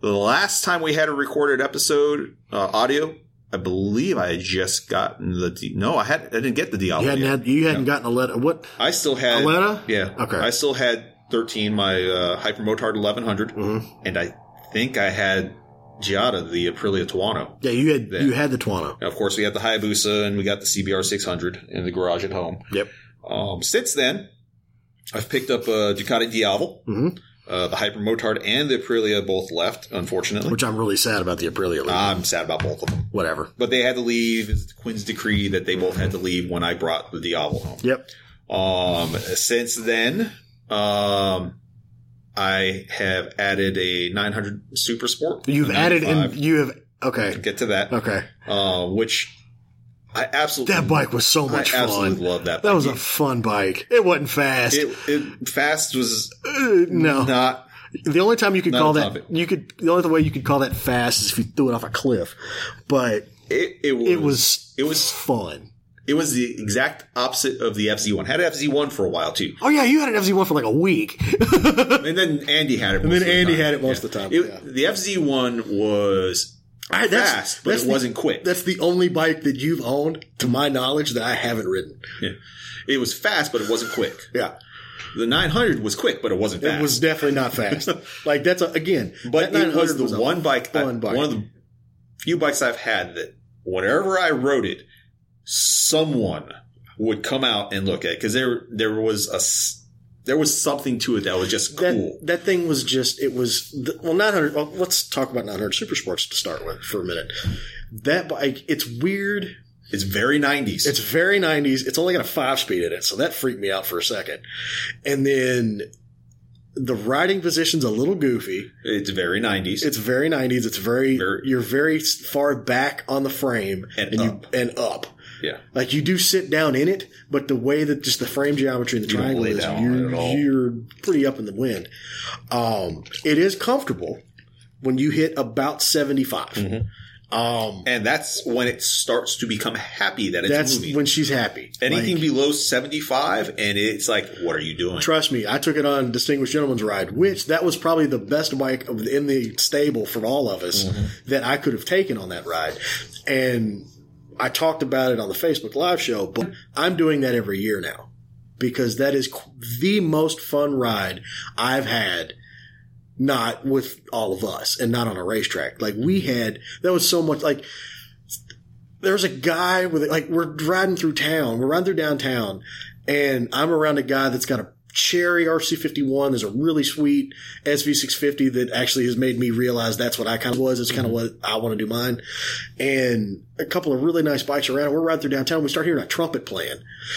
A: the last time we had a recorded episode uh, audio, I believe I had just gotten the. D- no, I had. I didn't get the Diablo.
B: you hadn't
A: yet.
B: had, you hadn't gotten a letter. What?
A: I still had
B: Aletta?
A: Yeah.
B: Okay.
A: I still had 13, my uh, Hypermotard 1100,
B: Mm-hmm.
A: and I think I had Giada, the Aprilia Tuono.
B: Yeah, you had you had the Tuano.
A: Now, of course, we got the Hayabusa and we got the CBR 600 in the garage at home.
B: Yep.
A: Um, since then, I've picked up a Ducati Diavol.
B: Mhm.
A: Uh, the Hypermotard and the Aprilia both left, unfortunately.
B: Which I'm really sad about the Aprilia. leaving.
A: I'm sad about both of them.
B: Whatever.
A: But they had to leave. It's Quinn's decree that they both had to leave when I brought the Diavol home.
B: Yep.
A: Um, since then, um, I have added a 900 Super Sport.
B: You've
A: A
B: added
A: 95.
B: and you have okay.
A: get to that.
B: Okay.
A: Uh, which I absolutely
B: That bike was so much
A: I absolutely
B: fun.
A: love that.
B: That
A: bike.
B: was a fun bike. It wasn't fast.
A: it, it fast was
B: Uh, no.
A: not.
B: The only time you could
A: Not
B: call
A: a
B: that
A: topic.
B: you could the only way you could call that fast is if you threw it off a cliff. But
A: It, it was.
B: it was
A: It was.
B: fun.
A: It was the exact opposite of the FZ1. Had FZ1 for a while too,
B: Oh yeah, you had an FZ1 for like a week.
A: and then Andy had it. And
B: then Andy had it most of the time, yeah.
A: The FZ1 was
B: I, that's,
A: fast, but
B: that's
A: it
B: the-
A: wasn't quick.
B: That's the only bike that you've owned, to my knowledge, that I haven't ridden.
A: Yeah. It was fast, but it wasn't quick.
B: Yeah,
A: The 900 was quick, but it wasn't fast.
B: it was definitely not fast. like that's a, again,
A: but
B: that
A: it was
B: 900
A: the
B: a
A: one bike, I-
B: fun bike.
A: one of the few bikes I've had that whenever I rode it, someone would come out and look at because there there was a s- there was something to it that was just
B: that
A: cool.
B: that thing was just it was the, well 900 well, let's talk about 900 super sports to start with for a minute that bike it's weird
A: it's very 90s.
B: it's very 90s it's only got a five speed in it so that freaked me out for a second and then the riding position's a little goofy
A: It's very 90s.
B: it's very 90s it's very,
A: Very-
B: you're very far back on the frame
A: And up.
B: you and up
A: yeah.
B: like you do sit down in it, but the way that just the frame geometry and the
A: You don't
B: triangle
A: lay
B: is,
A: down on it
B: you're,
A: at all.
B: you're pretty up in the wind. Um, it is comfortable when you hit about 75.
A: Mm-hmm.
B: Um,
A: And that's when it starts to become happy that it's
B: that's
A: moving.
B: when she's happy.
A: Anything
B: Like,
A: below 75, and it's like, what are you doing?
B: trust me, I took it on Distinguished Gentleman's Ride, which that was probably the best bike of, in the stable for all of us that I could have taken on that ride. And I talked about it on the Facebook live show, but I'm doing that every year now because that is qu- the most fun ride I've had. Not with all of us and not on a racetrack. Like we had, that was so much like there's a guy with like we're riding through town, we're riding through downtown, and I'm around a guy that's got a cherry RC51. There's a really sweet SV650 that actually has made me realize that's what I kind of was. It's kind of what I want to do mine. And a couple of really nice bikes around. We're riding through downtown. We start hearing a trumpet playing,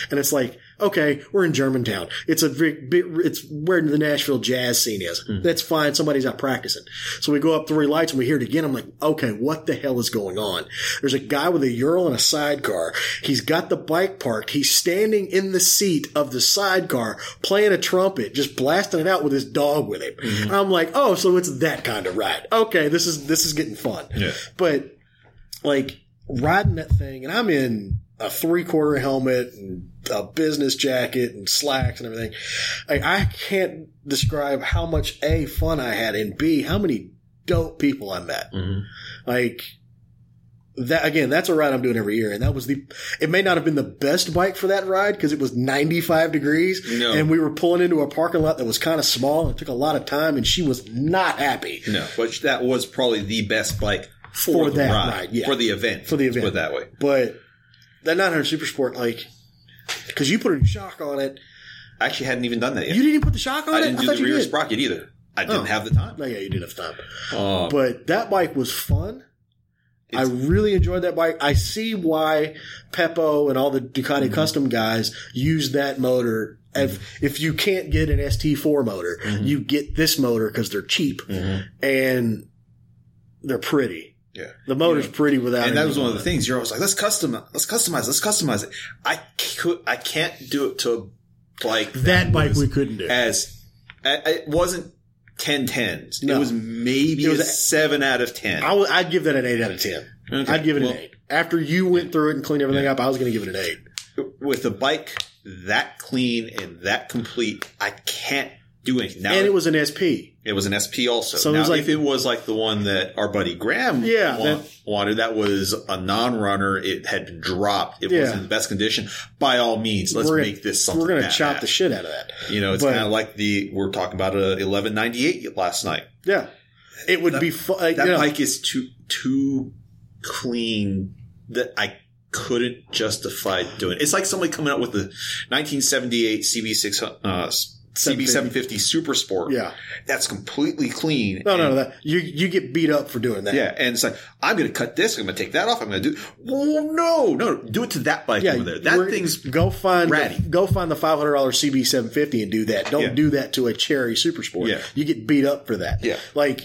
B: and it's like, okay, we're in Germantown. It's a big, big it's where the Nashville jazz scene is. That's fine. Somebody's out practicing. So we go up three lights and we hear it again. I'm like, okay, what the hell is going on? There's a guy with a Ural and a sidecar. He's got the bike parked. He's standing in the seat of the sidecar playing a trumpet, just blasting it out with his dog with him. And I'm like, oh, so it's that kind of ride. Okay, this is this is getting fun.
A: Yeah.
B: But like riding that thing, and I'm in a three quarter helmet and a business jacket and slacks and everything. Like, I can't describe how much A, fun I had, and B, how many dope people I met. Like, that again, that's a ride I'm doing every year. And that was the, it may not have been the best bike for that ride because it was 95 degrees
A: No.
B: and we were pulling into a parking lot that was kind of small and it took a lot of time and she was not happy.
A: No, but that was probably the best bike for,
B: For
A: the
B: that
A: ride,
B: ride, yeah.
A: for the event,
B: For the
A: let's
B: event.
A: put it that way.
B: But that 900 Super Sport, like, because you put a shock on it.
A: I actually hadn't even done that yet.
B: You didn't even put the shock on
A: I
B: it?
A: didn't
B: I
A: do
B: thought
A: the
B: you
A: rear
B: did.
A: sprocket either. I didn't
B: Oh.
A: have the time.
B: No, yeah, you did have time.
A: Um,
B: But that bike was fun. I
A: It's-
B: really enjoyed that bike. I see why Peppo and all the Ducati
A: Mm-hmm.
B: custom guys use that motor. If, if you can't get an ST4 motor,
A: Mm-hmm.
B: you get this motor because they're cheap and they're pretty.
A: yeah.
B: The motor's pretty without.
A: and that
B: any
A: was one of the
B: motor.
A: things you're always like, let's custom, let's customize, let's customize it. I could, I can't do it to like
B: That bike
A: was
B: we couldn't do.
A: as I- I- it wasn't ten tens.
B: No.
A: It was maybe
B: It was
A: a
B: a-
A: seven out of ten.
B: I w- I'd give that an eight out of ten.
A: Okay,
B: I'd give it
A: well-
B: an eight. After you went through it and cleaned everything up, I was going to give it an eight.
A: With a bike that clean and that complete, I can't do anything. Now
B: And it was an SP.
A: it was an SP also.
B: So it
A: now,
B: was like-
A: if it was like the one that our buddy Graham
B: Yeah,
A: wa-
B: that-
A: wanted, that was a non-runner. It had been dropped. It
B: Yeah.
A: was in the best condition. By all means, let's
B: We're gonna-
A: make this something.
B: We're going to
A: that
B: chop
A: bad.
B: the shit out of that.
A: You know, it's
B: But-
A: kind of like the we were talking about a 1198 last night.
B: Yeah. It would be fun. Like,
A: That
B: you know,
A: bike is too too clean that I couldn't justify doing. It's like somebody coming out with the 1978 CB6 uh, CB750 Super Sport.
B: yeah.
A: that's completely clean.
B: No, no,
A: and-
B: no. That, you you get beat up for doing that.
A: Yeah, and it's like I'm going to cut this. I'm going to take that off. I'm going to do. Well, no, no, do it to that bike
B: Yeah.
A: over there. That
B: we're-
A: thing's
B: go find
A: ratty.
B: the, go find the five hundred dollar CB seven fifty and do that. Don't
A: Yeah.
B: do that to a Cherry Super Sport.
A: Yeah.
B: You get beat up for that.
A: Yeah.
B: Like.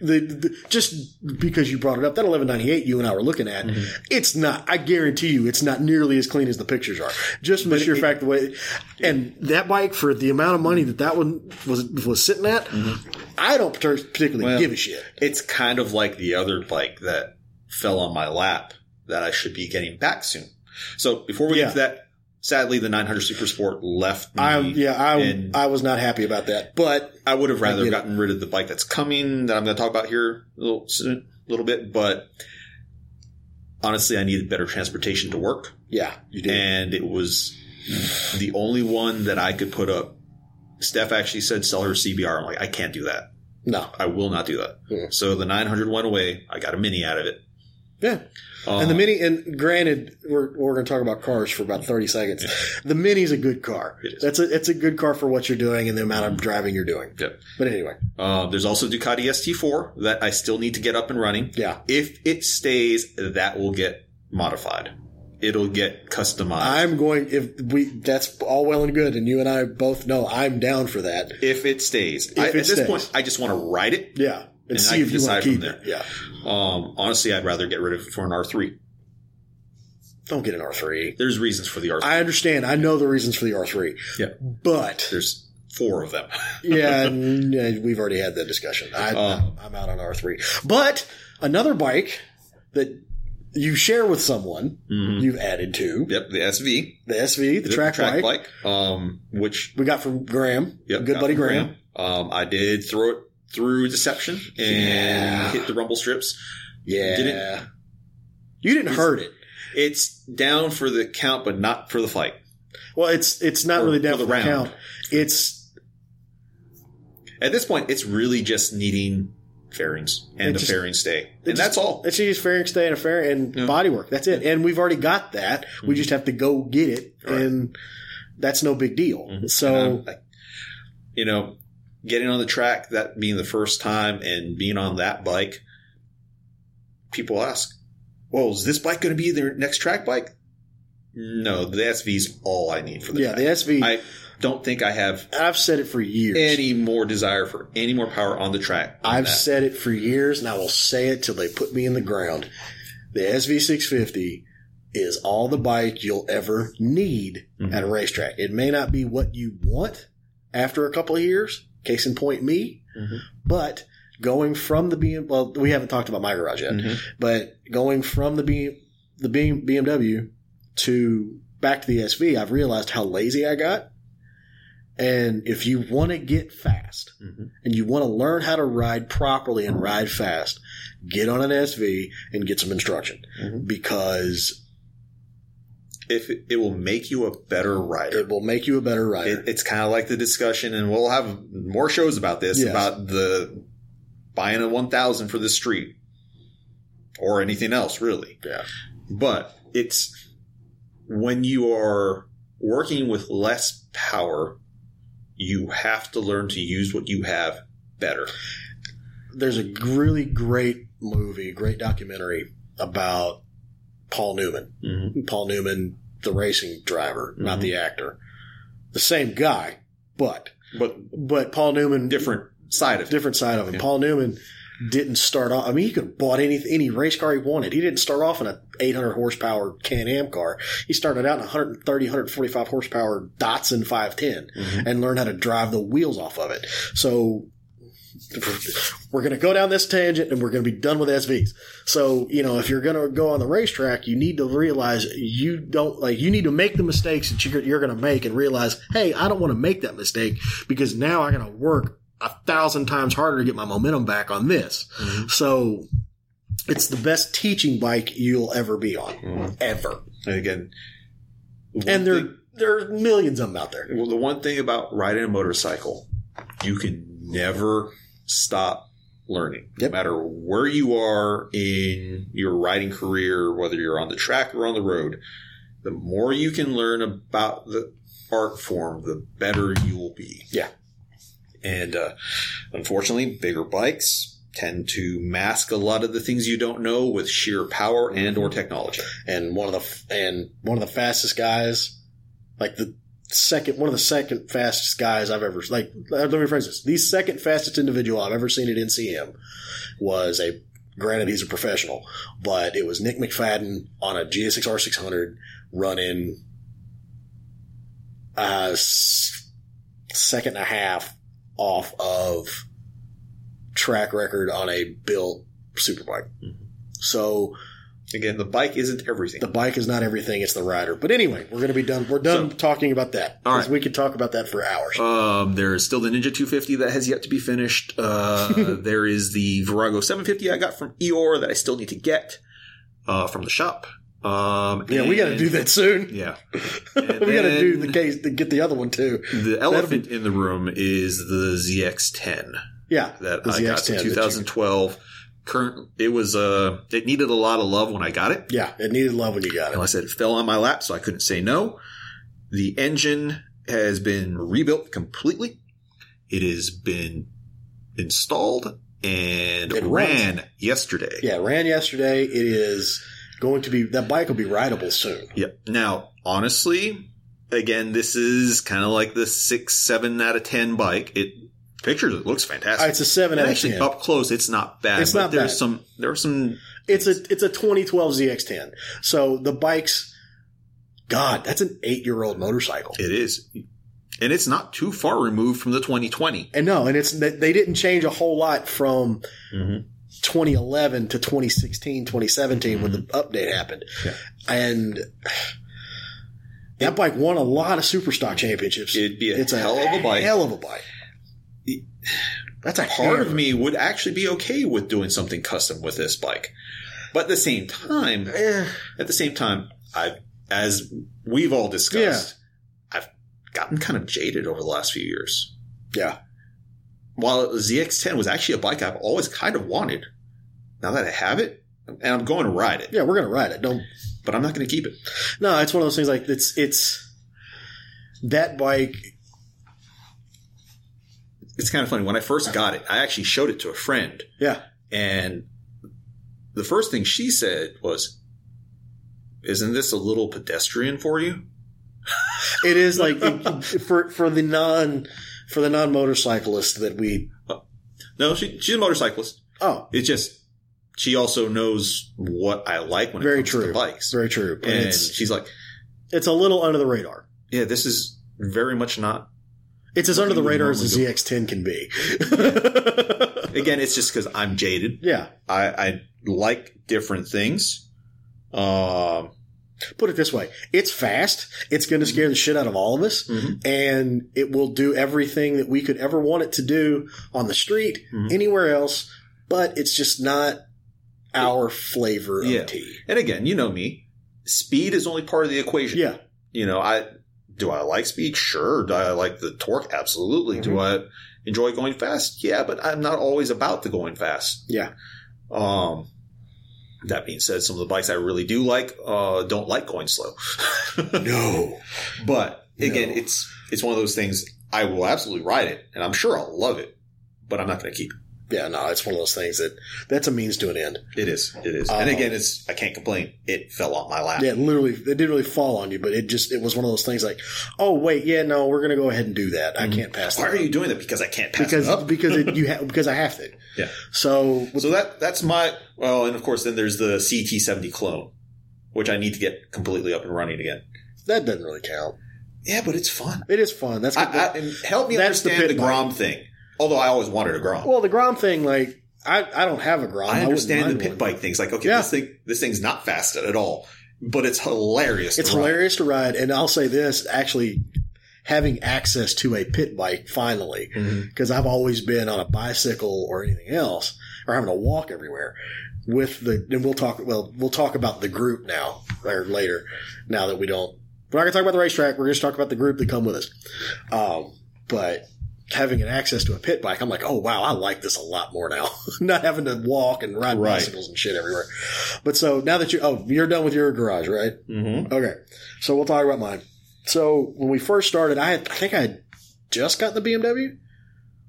B: The, the, just because you brought it up, that 1198 you and I were looking at,
A: Mm-hmm.
B: it's not, I guarantee you, it's not nearly as clean as the pictures are. Just from the sheer fact the way, and that bike for the amount of money that that one was, was sitting at, I don't par- particularly
A: Mm-hmm. Well,
B: give a shit.
A: it's kind of like the other bike that fell on my lap that I should be getting back soon. So before we
B: Yeah.
A: get to that, sadly, the 900 Super Sport left me.
B: I yeah, I
A: and
B: I was not happy about that.
A: but I would have
B: I
A: rather
B: get it.
A: gotten rid of the bike that's coming that I'm going to talk about here a little soon, a little bit. But honestly, I needed better transportation to work,
B: Yeah, you
A: and it was the only one that I could put up. Steph actually said, "Sell her CBR." I'm like, I can't do that.
B: No.
A: I will not do that.
B: Yeah.
A: So the 900 went away. I got a mini out of it.
B: Yeah.
A: Uh,
B: and the Mini, and granted, we're, we're going to talk about cars for about 30 seconds. The Mini's a good car.
A: It is.
B: That's a, it's a good car for what you're doing and the amount of driving you're doing.
A: Yep.
B: But anyway,
A: Uh, there's also Ducati ST4 that I still need to get up and running.
B: yeah.
A: If it stays, that will get modified. It'll get customized.
B: I'm going, if we, that's all well and good. And you and I both know I'm down for that.
A: if it stays, I,
B: it
A: at
B: stays.
A: this point, I just want to ride it.
B: Yeah. And,
A: And I
B: see
A: can
B: if you want to
A: decide from
B: keep
A: there.
B: it. Yeah.
A: Um, honestly, I'd rather get rid of it for an R3.
B: Don't get an R3.
A: There's reasons for the R3.
B: I understand. I know the reasons for the R3.
A: Yeah.
B: But
A: There's four of them.
B: yeah, n- yeah, we've already had that discussion. I,
A: Oh.
B: I'm out on R3. But another bike that you share with someone,
A: Mm-hmm.
B: you've added to
A: Yep, the SV,
B: the SV, the, track, bike.
A: um, which
B: We got from Graham,
A: yep,
B: good
A: got
B: buddy
A: from
B: Graham.
A: Um, I did throw it through deception and
B: Yeah.
A: hit the rumble strips.
B: Yeah,
A: Did it-
B: you didn't hurt it.
A: It's down for the count, but not for the fight.
B: Well, it's it's not
A: For-
B: really down
A: for
B: for
A: the
B: the
A: round.
B: count. It's
A: At this point, it's really just needing fairings and
B: It
A: a
B: just-
A: fairing stay,
B: it
A: and that's
B: just-
A: all.
B: It's just fairing stay and a fair and
A: Yeah. Mm-hmm.
B: body work. That's it. And we've already got that. We just have to go get it,
A: Right.
B: and that's no big deal.
A: Mhm.
B: So.
A: And I'm like, you know, getting on the track, that being the first time and being on that bike, people ask, well, is this bike going to be their next track bike? No, the SV is all I need for the
B: yeah,
A: track.
B: the SV. I,
A: I don't think I have
B: have said it for years.
A: any more desire for any more power on the track. than
B: I've
A: that.
B: said it for years, and I will say it till they put me in the ground. The SV650 is all the bike you'll ever need
A: Mhm.
B: at a racetrack. It may not be what you want after a couple of years. Case in point, me.
A: Mhm.
B: But going from the BM, well, we haven't talked about my garage yet,
A: Mhm.
B: but going from the BM, the BM, BMW to back to the SV, I've realized how lazy I got. And if you want to get fast,
A: Mhm.
B: and you want to learn how to ride properly and ride fast, get on an SV and get some instruction
A: Mhm.
B: because
A: If it, it will make you a better rider.
B: it will make you a better rider.
A: It, it's kind of like the discussion, and we'll have more shows about this
B: Yes.
A: about the buying a 1000 for the street or anything else, really.
B: yeah.
A: But it's when you are working with less power, you have to learn to use what you have better.
B: There's a g- really great movie, great documentary about Paul Newman.
A: Mm-hmm.
B: Paul Newman, the racing driver, not
A: Mhm.
B: the actor. The same guy, but
A: But
B: but Paul Newman
A: different side of it.
B: different side of him.
A: Yeah.
B: Paul Newman didn't start off. I mean, he could have bought any any race car he wanted. He didn't start off in a 800 horsepower Can-Am car. He started out in a 130, 145 horsepower Datsun 510
A: Mhm.
B: and learned how to drive the wheels off of it. So we're going to go down this tangent and we're going to be done with SVs. So, you know, if you're going to go on the racetrack, you need to realize you don't like, you need to make the mistakes that you're, you're going to make and realize, hey, I don't want to make that mistake because now I got to work a thousand times harder to get my momentum back on this.
A: Mm-hmm.
B: So it's the best teaching bike you'll ever be on,
A: Mhm.
B: ever.
A: And again, one
B: And there,
A: thing-
B: there are millions of them out there.
A: Well, the one thing about riding a motorcycle, you can never stop learning.
B: Yep.
A: No matter where you are in your riding career, whether you're on the track or on the road, the more you can learn about the art form, the better you will be.
B: Yeah.
A: And uh, unfortunately, bigger bikes tend to mask a lot of the things you don't know with sheer power and or technology.
B: and one of the f- and one of the fastest guys, like the second one of the second fastest guys I've ever like. Let me rephrase this: the second fastest individual I've ever seen at NCM was a. Granted, he's a professional, but it was Nick McFadden on a GSX R600 running uh, s- second and a half off of track record on a built superbike. So
A: Again, the bike isn't everything.
B: the bike is not everything; it's the rider. But anyway, we're going to be done. We're done talking about that.
A: All
B: 'Cause
A: right.
B: we could talk about that for hours.
A: Um, there is still the Ninja 250 that has yet to be finished. Uh, there is the Virago 750 I got from Eeyore that I still need to get uh, from the shop. Um,
B: yeah, we got to
A: and-
B: do that soon.
A: Yeah,
B: we
A: And
B: got to do
A: then-
B: the case to get the other one too.
A: the elephant in the room is the ZX10
B: Yeah,
A: that
B: the
A: I got
B: ZX10
A: in
B: that you-
A: 2012. current. It was uh, it needed a lot of love when I got it.
B: Yeah, it needed love when you got
A: And
B: it.
A: like I said, it fell on my lap, so I couldn't say no. The engine has been rebuilt completely. It has been installed and
B: It
A: ran yesterday.
B: Yeah, it ran yesterday. It is going to be that bike will be rideable soon.
A: Yep. Now, honestly, again, this is kind of like the six, seven out of ten bike. It pictures it looks
B: Uh,
A: fantastic.
B: It's a seven
A: And
B: out of
A: actually, oh.
B: ten.
A: up close, it's not bad.
B: It's
A: but
B: not
A: there's
B: bad.
A: some. There are some.
B: It's a it's a 2012 ZX10. So the bike's God, that's an eight year old motorcycle.
A: It is, and it's not too far removed from the 2020.
B: And no, and it's they they didn't change a whole lot from Mm-hmm. 2011 to 2016, 2017 when the update happened.
A: Yeah.
B: And that bike won a lot of super stock championships.
A: It'd be a hell of a bike.
B: Hell of a bike.
A: It-
B: That's a
A: part of
B: hammer.
A: me would actually be okay with doing something custom with this bike. But at the same time,
B: Eh,
A: at the same time, I as we've all discussed, I've gotten kind of jaded over the last few years.
B: Yeah.
A: While the ZX10 was actually a bike I've always kind of wanted, now that I have it, and I'm going to ride it,
B: Yeah, we're gonna ride it. Don't
A: but I'm not going to keep it.
B: No, it's one of those things like it's it's that bike.
A: It's kind of funny. When I first got it, I actually showed it to a friend,
B: Yeah,
A: and the first thing she said was, "Isn't this a little pedestrian for you?"
B: it is like it- for for the non for the non motorcyclist that we.
A: No, she, she's a motorcyclist.
B: Oh,
A: It's just she also knows what I like when
B: Very
A: it comes
B: true.
A: to bikes.
B: it's very true. But
A: and
B: it's
A: she's like,
B: it's a little under the radar.
A: "Yeah, this is very much not."
B: It's as under the
A: you would
B: radar as the
A: normally
B: ZX10 can be.
A: Again, it's just because I'm jaded.
B: yeah.
A: I, I like different things. Um,
B: Put it this way: it's fast. It's going to scare the shit out of all of us,
A: Mhm.
B: and it will do everything that we could ever want it to do on the street,
A: Mhm.
B: anywhere else. But it's just not our flavor of
A: Yeah.
B: tea.
A: and again, you know me. Speed is only part of the equation.
B: Yeah.
A: You know, I do I like speed? Sure. Do I like the torque? Absolutely. Do
B: Mm-hmm.
A: I enjoy going fast? Yeah, but I'm not always about the going fast.
B: Yeah.
A: Um, that being said, some of the bikes I really do like uh, don't like going slow.
B: No.
A: But again,
B: No.
A: it's it's one of those things. I will absolutely ride it, and I'm sure I'll love it. But I'm not going to keep it.
B: Yeah, no, it's one of those things that that's a means to an end.
A: It is, it is. and again, it's I can't complain. It fell on my lap.
B: Uh-huh. Yeah, it literally, it didn't really fall on you, but it just, it was one of those things like, oh, wait, yeah, no, we're going to go ahead and do that. I can't pass
A: Mm-hmm. Why
B: that.
A: are you doing that? Because I can't pass
B: Because,
A: it up.
B: because it, you ha- because I have to.
A: Yeah.
B: So,
A: So that that's my well, and of course, then there's the CT70 clone, which I need to get completely up and running again.
B: that doesn't really count.
A: Yeah, but it's fun.
B: It is fun. That's good.
A: I, I, and help me
B: That's the
A: understand the,
B: pit bike.
A: Grom thing. Although I always wanted a Grom.
B: well, the Grom thing, like, I, I don't have a Grom.
A: I
B: wouldn't
A: understand the
B: mind
A: pit
B: one.
A: bike things. Like, okay,
B: Yeah.
A: this thing this thing's not fast at all, but it's hilarious. to
B: It's
A: ride.
B: hilarious to ride. And I'll say this actually, having access to a pit bike finally,
A: Mhm.
B: because I've always been on a bicycle or anything else, or having to walk everywhere. With the and we'll talk well we'll talk about the group now or later. Now that we don't, we're not going to talk about the racetrack. We're going to talk about the group that come with us. Um, but having an access to a pit bike, I'm like, oh wow, I like this a lot more now. not having to walk and ride
A: Right.
B: bicycles and shit everywhere. But so now that you oh you're done with your garage, right?
A: Mhm.
B: Okay, so we'll talk about mine. So when we first started, I had, I think I had just gotten the BMW,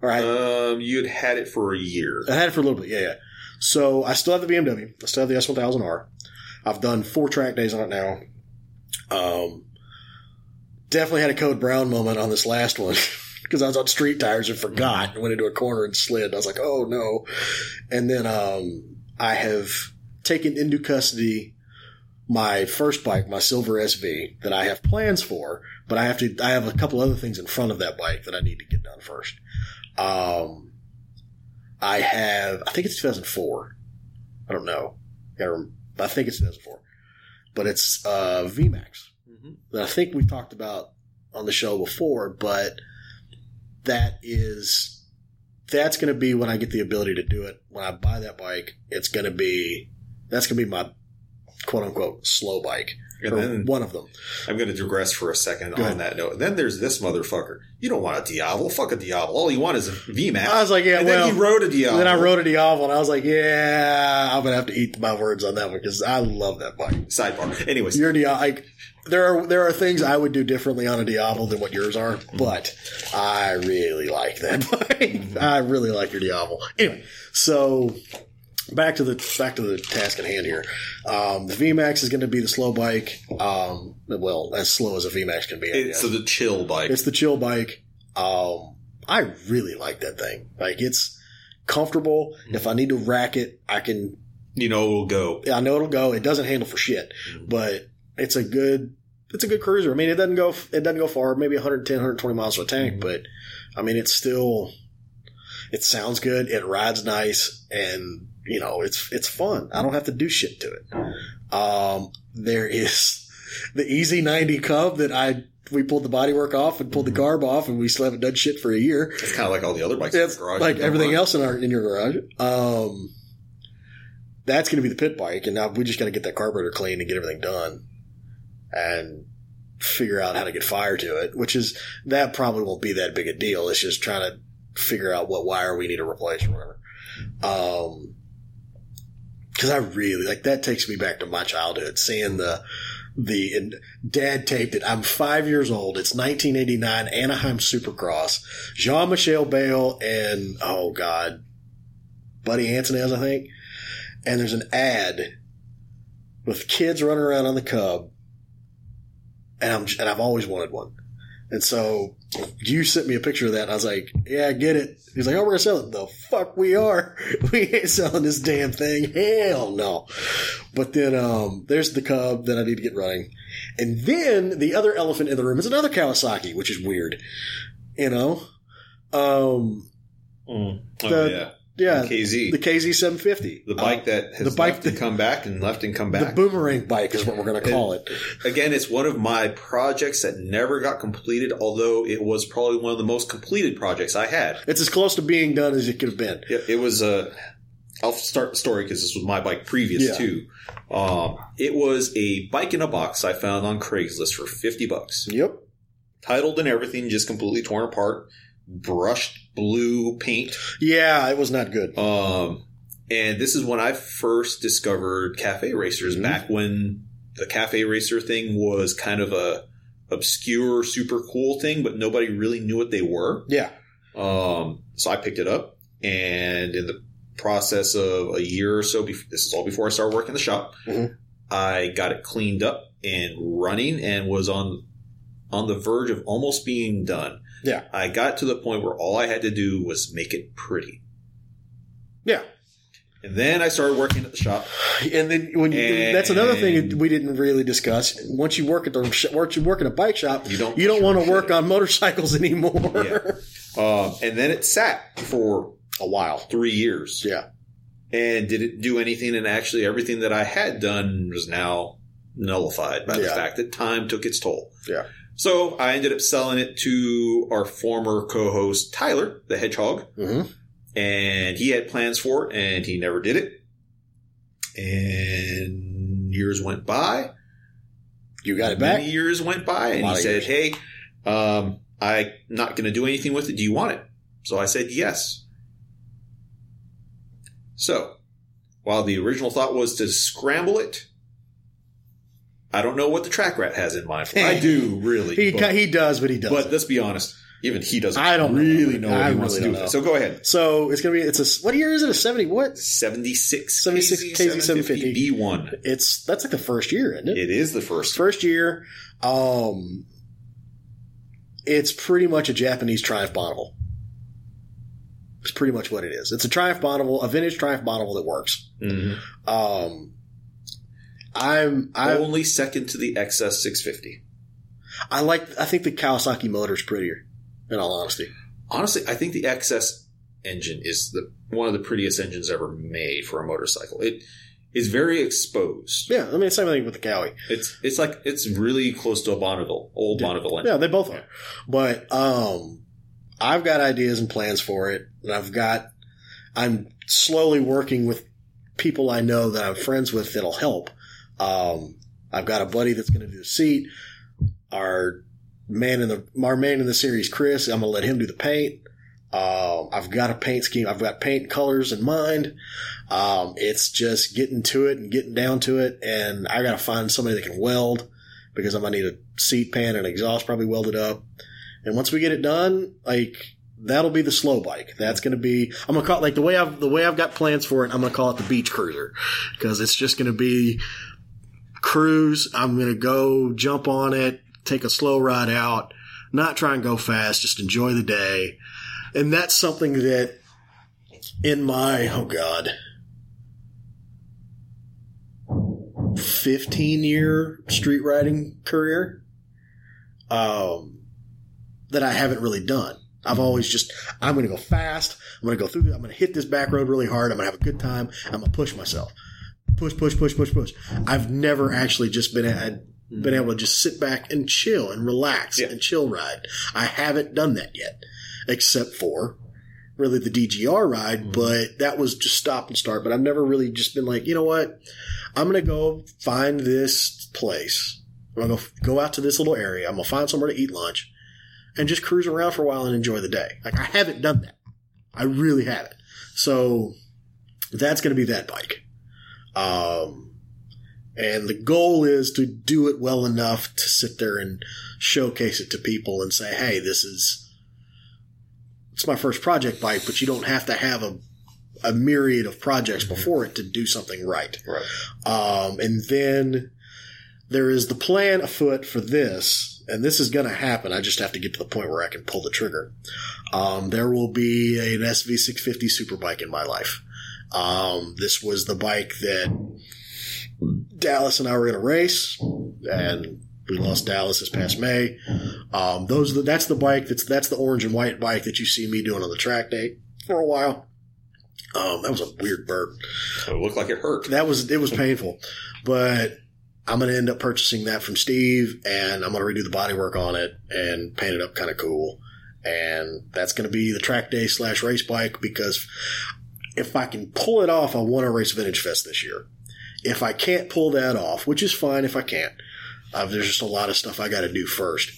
B: or I, Uh,
A: Um, you'd had it for a year.
B: I had it for a little bit. Yeah, yeah. So I still have the BMW. I still have the S1000R. I've done four track days on it now. Um, definitely had a code brown moment on this last one because I was on street tires and forgot and went into a corner and slid. I was like, oh no. And then um, I have taken into custody my first bike, my silver SV, that I have plans for, but I have to. I have a couple other things in front of that bike that I need to get done first. Um, I have, I think it's 2004. I don't know. Gotta rem- I think it's 2004. But it's uh, VMAX
A: Mhm.
B: that I think we've talked about on the show before, but that is, that's going to be when I get the ability to do it. When I buy that bike, it's going to be, that's going to be my quote unquote slow bike.
A: And
B: or
A: then-
B: one of them.
A: I'm going to digress for a second
B: Go
A: on
B: ahead.
A: that note. Then there's this motherfucker. You don't want a Diablo. Fuck a Diablo. All you want is a VMAX.
B: I was like, Uh, yeah,
A: and
B: well.
A: then he rode a Diablo.
B: and then I wrote a Diablo, and I was like, yeah, I'm gonna have to eat my words on that one because I love that bike.
A: Sidebar. Anyways,
B: Your Diablo, like, there are there are things I would do differently on a Diablo than what yours are, but I really like that bike. I really like your Diablo. Anyway, so back to the back to the task at hand here. Um, the VMAX is going to be the slow bike. Um, well, as slow as a VMAX can be. I
A: it's
B: guess.
A: the chill bike.
B: It's the chill bike. Um, I really like that thing. Like it's comfortable. If I need to rack it, I can.
A: you know, it'll go.
B: I know it'll go. It doesn't handle for shit, but it's a good. It's a good cruiser. I mean, it doesn't go. It doesn't go far. Maybe 110, 120 miles to a tank, but I mean, it's still. It sounds good. It rides nice, and you know, it's it's fun. I don't have to do shit to it. Um, there is the Easy 90 Cub that I we pulled the bodywork off and pulled the garb off, and we still haven't done shit for a year.
A: It's kind of like all the other bikes in
B: It's
A: the garage.
B: like
A: You don't
B: everything
A: want-
B: else in our in your garage. Um, that's going to be the pit bike, and now we just got to get that carburetor clean and get everything done, and figure out how to get fire to it. Which is that probably won't be that big a deal. It's just trying to figure out what wire we need to replace or whatever. Um, because I really like that takes me back to my childhood, seeing the the and dad taped it. I'm five years old. It's 1989 Anaheim Supercross. Jean Michel Bale and oh god, Buddy Antonez, I think. And there's an ad with kids running around on the Cub, and I'm and I've always wanted one. And so you sent me a picture of that, and I was like, "Yeah, I get it." He's like, "Oh, we're gonna sell it." The fuck we are. We ain't selling this damn thing. Hell no. But then um, there's the Cub that I need to get running, and then the other elephant in the room is another Kawasaki, which is weird. You know, um,
A: Oh,
B: the-
A: yeah.
B: yeah,
A: The KZ.
B: the
A: The,
B: KZ 750,
A: bike
B: Uh,
A: that has
B: the bike
A: left and
B: that-
A: come back and left and come
B: the
A: back.
B: boomerang bike is what we're gonna call it.
A: Again, it's one of my projects that never got completed, although it was probably one of the most completed projects I had.
B: It's as close to being done as it could have been.
A: It, it was a. I'll start the story because this was my bike previous
B: Yeah.
A: too. Um, it was a bike in a box I found on Craigslist for fifty bucks,
B: Yep.
A: titled and everything, just completely torn apart, brushed blue paint.
B: Yeah, it was not good.
A: Um, and this is when I first discovered cafe racers.
B: Mhm.
A: Back when the cafe racer thing was kind of a obscure, super cool thing, but nobody really knew what they were.
B: Yeah.
A: Um, so I picked it up, and in the process of a year or so, bef- this is all before I started working in the shop.
B: Mhm.
A: I got it cleaned up and running, and was on on the verge of almost being done.
B: Yeah.
A: I got to the point where all I had to do was make it pretty,
B: Yeah.
A: and then I started working at the shop.
B: And then when you, that's another thing
A: And-
B: that we didn't really discuss. Once you work at the sh- once you work at a bike shop,
A: You don't
B: you don't want to
A: sure.
B: work on motorcycles anymore.
A: Yeah. Um, and then it sat for
B: A while.
A: three years.
B: Yeah.
A: and didn't do anything. And actually, everything that I had done was now nullified by the
B: Yeah.
A: fact that time took its toll.
B: Yeah.
A: So I ended up selling it to our former co-host Tyler, the Hedgehog,
B: Mm-hmm.
A: and he had plans for it, and he never did it. And years went by.
B: You got it back.
A: Many years went by, and
B: A lot
A: he
B: of
A: said, "Hey, um, I'm not going to do anything with it. Do you want it?" So I said, "Yes." So, while the original thought was to scramble it, I don't know what the track rat has in mind. For it. I do really,
B: He
A: but,
B: he does, but he does.
A: but let's be honest, even he doesn't.
B: I don't know.
A: really know, what
B: I
A: he wants to
B: really
A: do.
B: don't
A: With it.
B: know.
A: So go ahead.
B: so it's gonna be it's a s- what year is it? A seventy what?
A: 76
B: 76 KZ750.
A: B1.
B: It's that's like the first year, isn't it?
A: It is the first.
B: First year. Um, it's pretty much a Japanese Triumph Bonneville. It's pretty much what it is. It's a Triumph Bonneville, a vintage Triumph Bonneville that works.
A: Mhm.
B: Um, I'm I
A: Only second to the XS650.
B: I like I think the Kawasaki motor's prettier. In all honesty,
A: honestly, I think the XS engine is the one of the prettiest engines ever made for a motorcycle. It is very exposed.
B: yeah. I mean, it's same thing with the Cowie.
A: It's it's like it's really close to a Bonneville, old
B: Yeah.
A: Bonneville engine.
B: Yeah, they both are. But um, I've got ideas and plans for it, and I've got. I'm slowly working with people I know that I'm friends with that'll help Um, I've got a buddy that's going to do the seat. Our man in the our man in the series, Chris. I'm going to let him do the paint. Um, I've got a paint scheme. I've got paint colors in mind. Um, it's just getting to it and getting down to it. And I got to find somebody that can weld because I'm going to need a seat pan and exhaust probably welded up. And once we get it done, like that'll be the slow bike. That's going to be I'm gonna call it like the way I've the way I've got plans for it. I'm gonna call it the beach cruiser because it's just going to be cruise. I'm gonna go jump on it, take a slow ride out, not try and go fast, just enjoy the day. And that's something that in my oh god. 15 year street riding career um, that I haven't really done. I've always just, I'm going to go fast. I'm going to go through, I'm going to hit this back road really hard. I'm going to have a good time. I'm going to push myself. Push, push, push, push, push. I've never actually just been, had been able to just sit back and chill and relax
A: Mm-hmm. Yeah.
B: and chill ride. I haven't done that yet, except for really the DGR ride, but that was just stop and start. But I've never really just been like, you know what? I'm going to go find this place. I'm going to go out to this little area. I'm going to find somewhere to eat lunch and just cruise around for a while and enjoy the day. Like I haven't done that. I really haven't. So that's going to be that bike. Um, and the goal is to do it well enough to sit there and showcase it to people and say, Hey, this is, it's my first project bike, but you don't have to have a, a myriad of projects before it to do something right.
A: Mm-hmm. Right.
B: Um, and then there is the plan afoot for this, and this is going to happen. I just have to get to the point where I can pull the trigger. Um, there will be an SV650 superbike in my life. Um, this was the bike that Dallas and I were going to race, and we lost Dallas this past May. Um, those are the, that's the bike that's that's the orange and white bike that you see me doing on the track day for a while. Um, that was a weird burp.
A: So it looked like it hurt.
B: That was it was painful, but I'm gonna end up purchasing that from Steve, and I'm gonna redo the bodywork on it and paint it up kind of cool, and that's gonna be the track day slash race bike because if I can pull it off, I want to race Vintage Fest this year. If I can't pull that off, which is fine if I can't, uh, there's just a lot of stuff I got to do first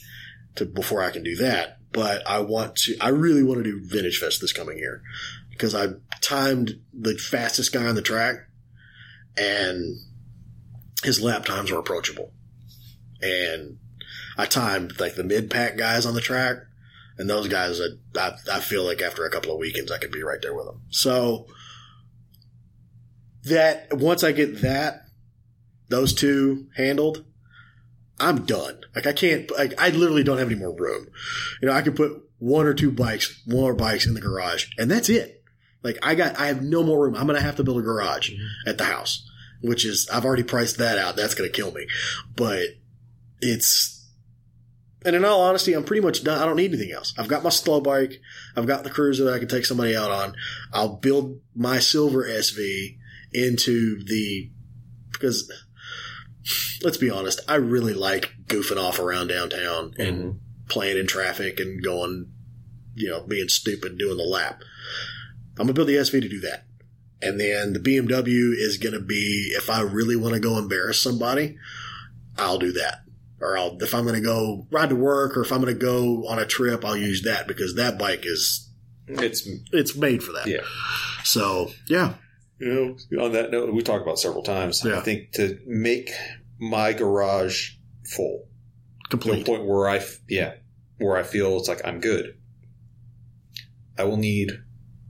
B: to before I can do that. But I want to, I really want to do Vintage Fest this coming year because I timed the fastest guy on the track and his lap times were approachable. And I timed like the mid pack guys on the track, and those guys I, I I feel like after a couple of weekends I could be right there with them. So that once I get that those two handled, I'm done. Like I can't. Like I literally don't have any more room. You know, I can put one or two bikes, one or bikes in the garage, and that's it. Like I got, I have no more room. I'm gonna have to build a garage at the house, which is I've already priced that out. That's gonna kill me. But it's, and in all honesty, I'm pretty much done. I don't need anything else. I've got my slow bike. I've got the cruiser that I can take somebody out on. I'll build my silver SV into the because let's be honest, I really like goofing off around downtown and playing in traffic and going, you know, being stupid, doing the lap. I'm gonna build the SV to do that. And then the BMW is gonna be if I really want to go embarrass somebody, I'll do that. Or I'll if I'm gonna go ride to work or if I'm gonna go on a trip, I'll use that because that bike is
A: It's
B: it's made for that.
A: yeah.
B: So yeah,
A: You know, on that note, we talked about it several times.
B: Yeah.
A: I think to make my garage full to a
B: complete.
A: point where I f- yeah where I feel it's like I'm good. I will need.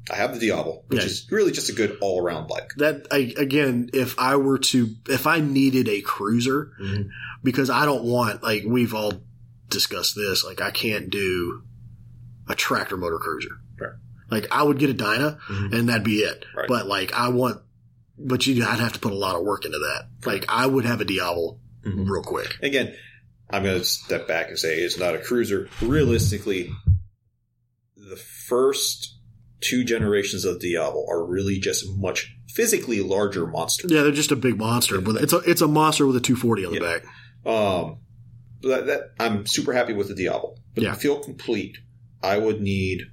A: I have the Diablo, which
B: Yeah.
A: is really just a good all around bike.
B: That I, again, if I were to, if I needed a cruiser, because I don't want like we've all discussed this. Like I can't do a tractor motor cruiser.
A: Right.
B: Like I would get a Dyna
A: Mhm.
B: and that'd be it.
A: Right.
B: But like I want, but you, I'd have to put a lot of work into that. Like I would have a Diablo
A: Mhm.
B: real quick.
A: Again, I'm going to step back and say it's not a cruiser. Realistically, the first two generations of Diablo are really just much physically larger monsters.
B: Yeah, they're just a big monster. But it's a it's a monster with a 240 on the
A: Yeah.
B: back.
A: Um, that, that I'm super happy with the Diablo. But
B: Yeah.
A: to feel complete, I would need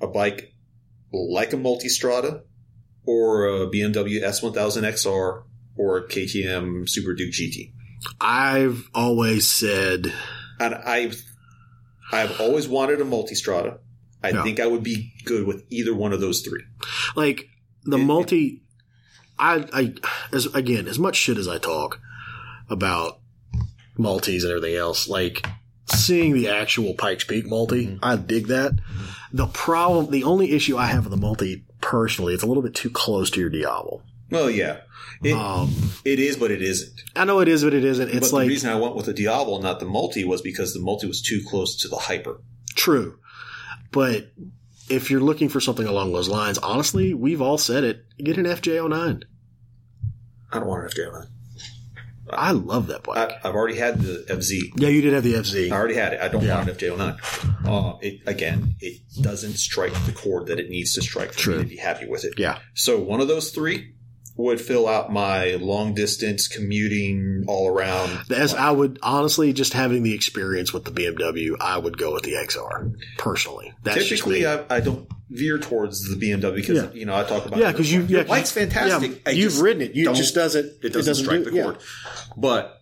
A: a bike like a Multistrada or a BMW S1000 XR or KTM Super Duke GT.
B: I've always said
A: And I've I've always wanted a multistrada. I
B: Yeah.
A: think I would be good with either one of those three.
B: like the
A: It- it-
B: multi I I as again, as much shit as I talk about multis and everything else, like seeing the actual Pikes Peak multi,
A: Mm-hmm.
B: I dig that. The problem the only issue I have with the multi personally, it's a little bit too close to your Diablo.
A: Well, yeah, it,
B: Um
A: it is, but it isn't.
B: I know it is what it isn't. It's
A: but
B: like
A: the reason I went with the Diablo, not the multi, was because the multi was too close to the hyper.
B: True. But if you're looking for something along those lines, honestly, we've all said it. Get an FJ09.
A: I don't want an FJ09.
B: I love that bike.
A: I, I've already had the FZ.
B: yeah, you did have the
A: I
B: FZ.
A: already had it. I don't
B: Yeah.
A: want an FJ09. Uh, it, again, it doesn't strike the chord that it needs to strike for
B: True.
A: me to be happy with it.
B: Yeah.
A: So one of those three would fill out my long distance commuting all around.
B: As I would honestly, just having the experience with the BMW, I would go with the XR personally. That's just me.
A: Typically, I, I don't veer towards the BMW because
B: Yeah.
A: you know I talk about
B: yeah, because you
A: your
B: yeah,
A: bike's fantastic.
B: Yeah,
A: I
B: you've
A: just
B: ridden it. You it
A: don't-
B: just doesn't.
A: it doesn't, strike
B: do-
A: the
B: yeah.
A: chord. But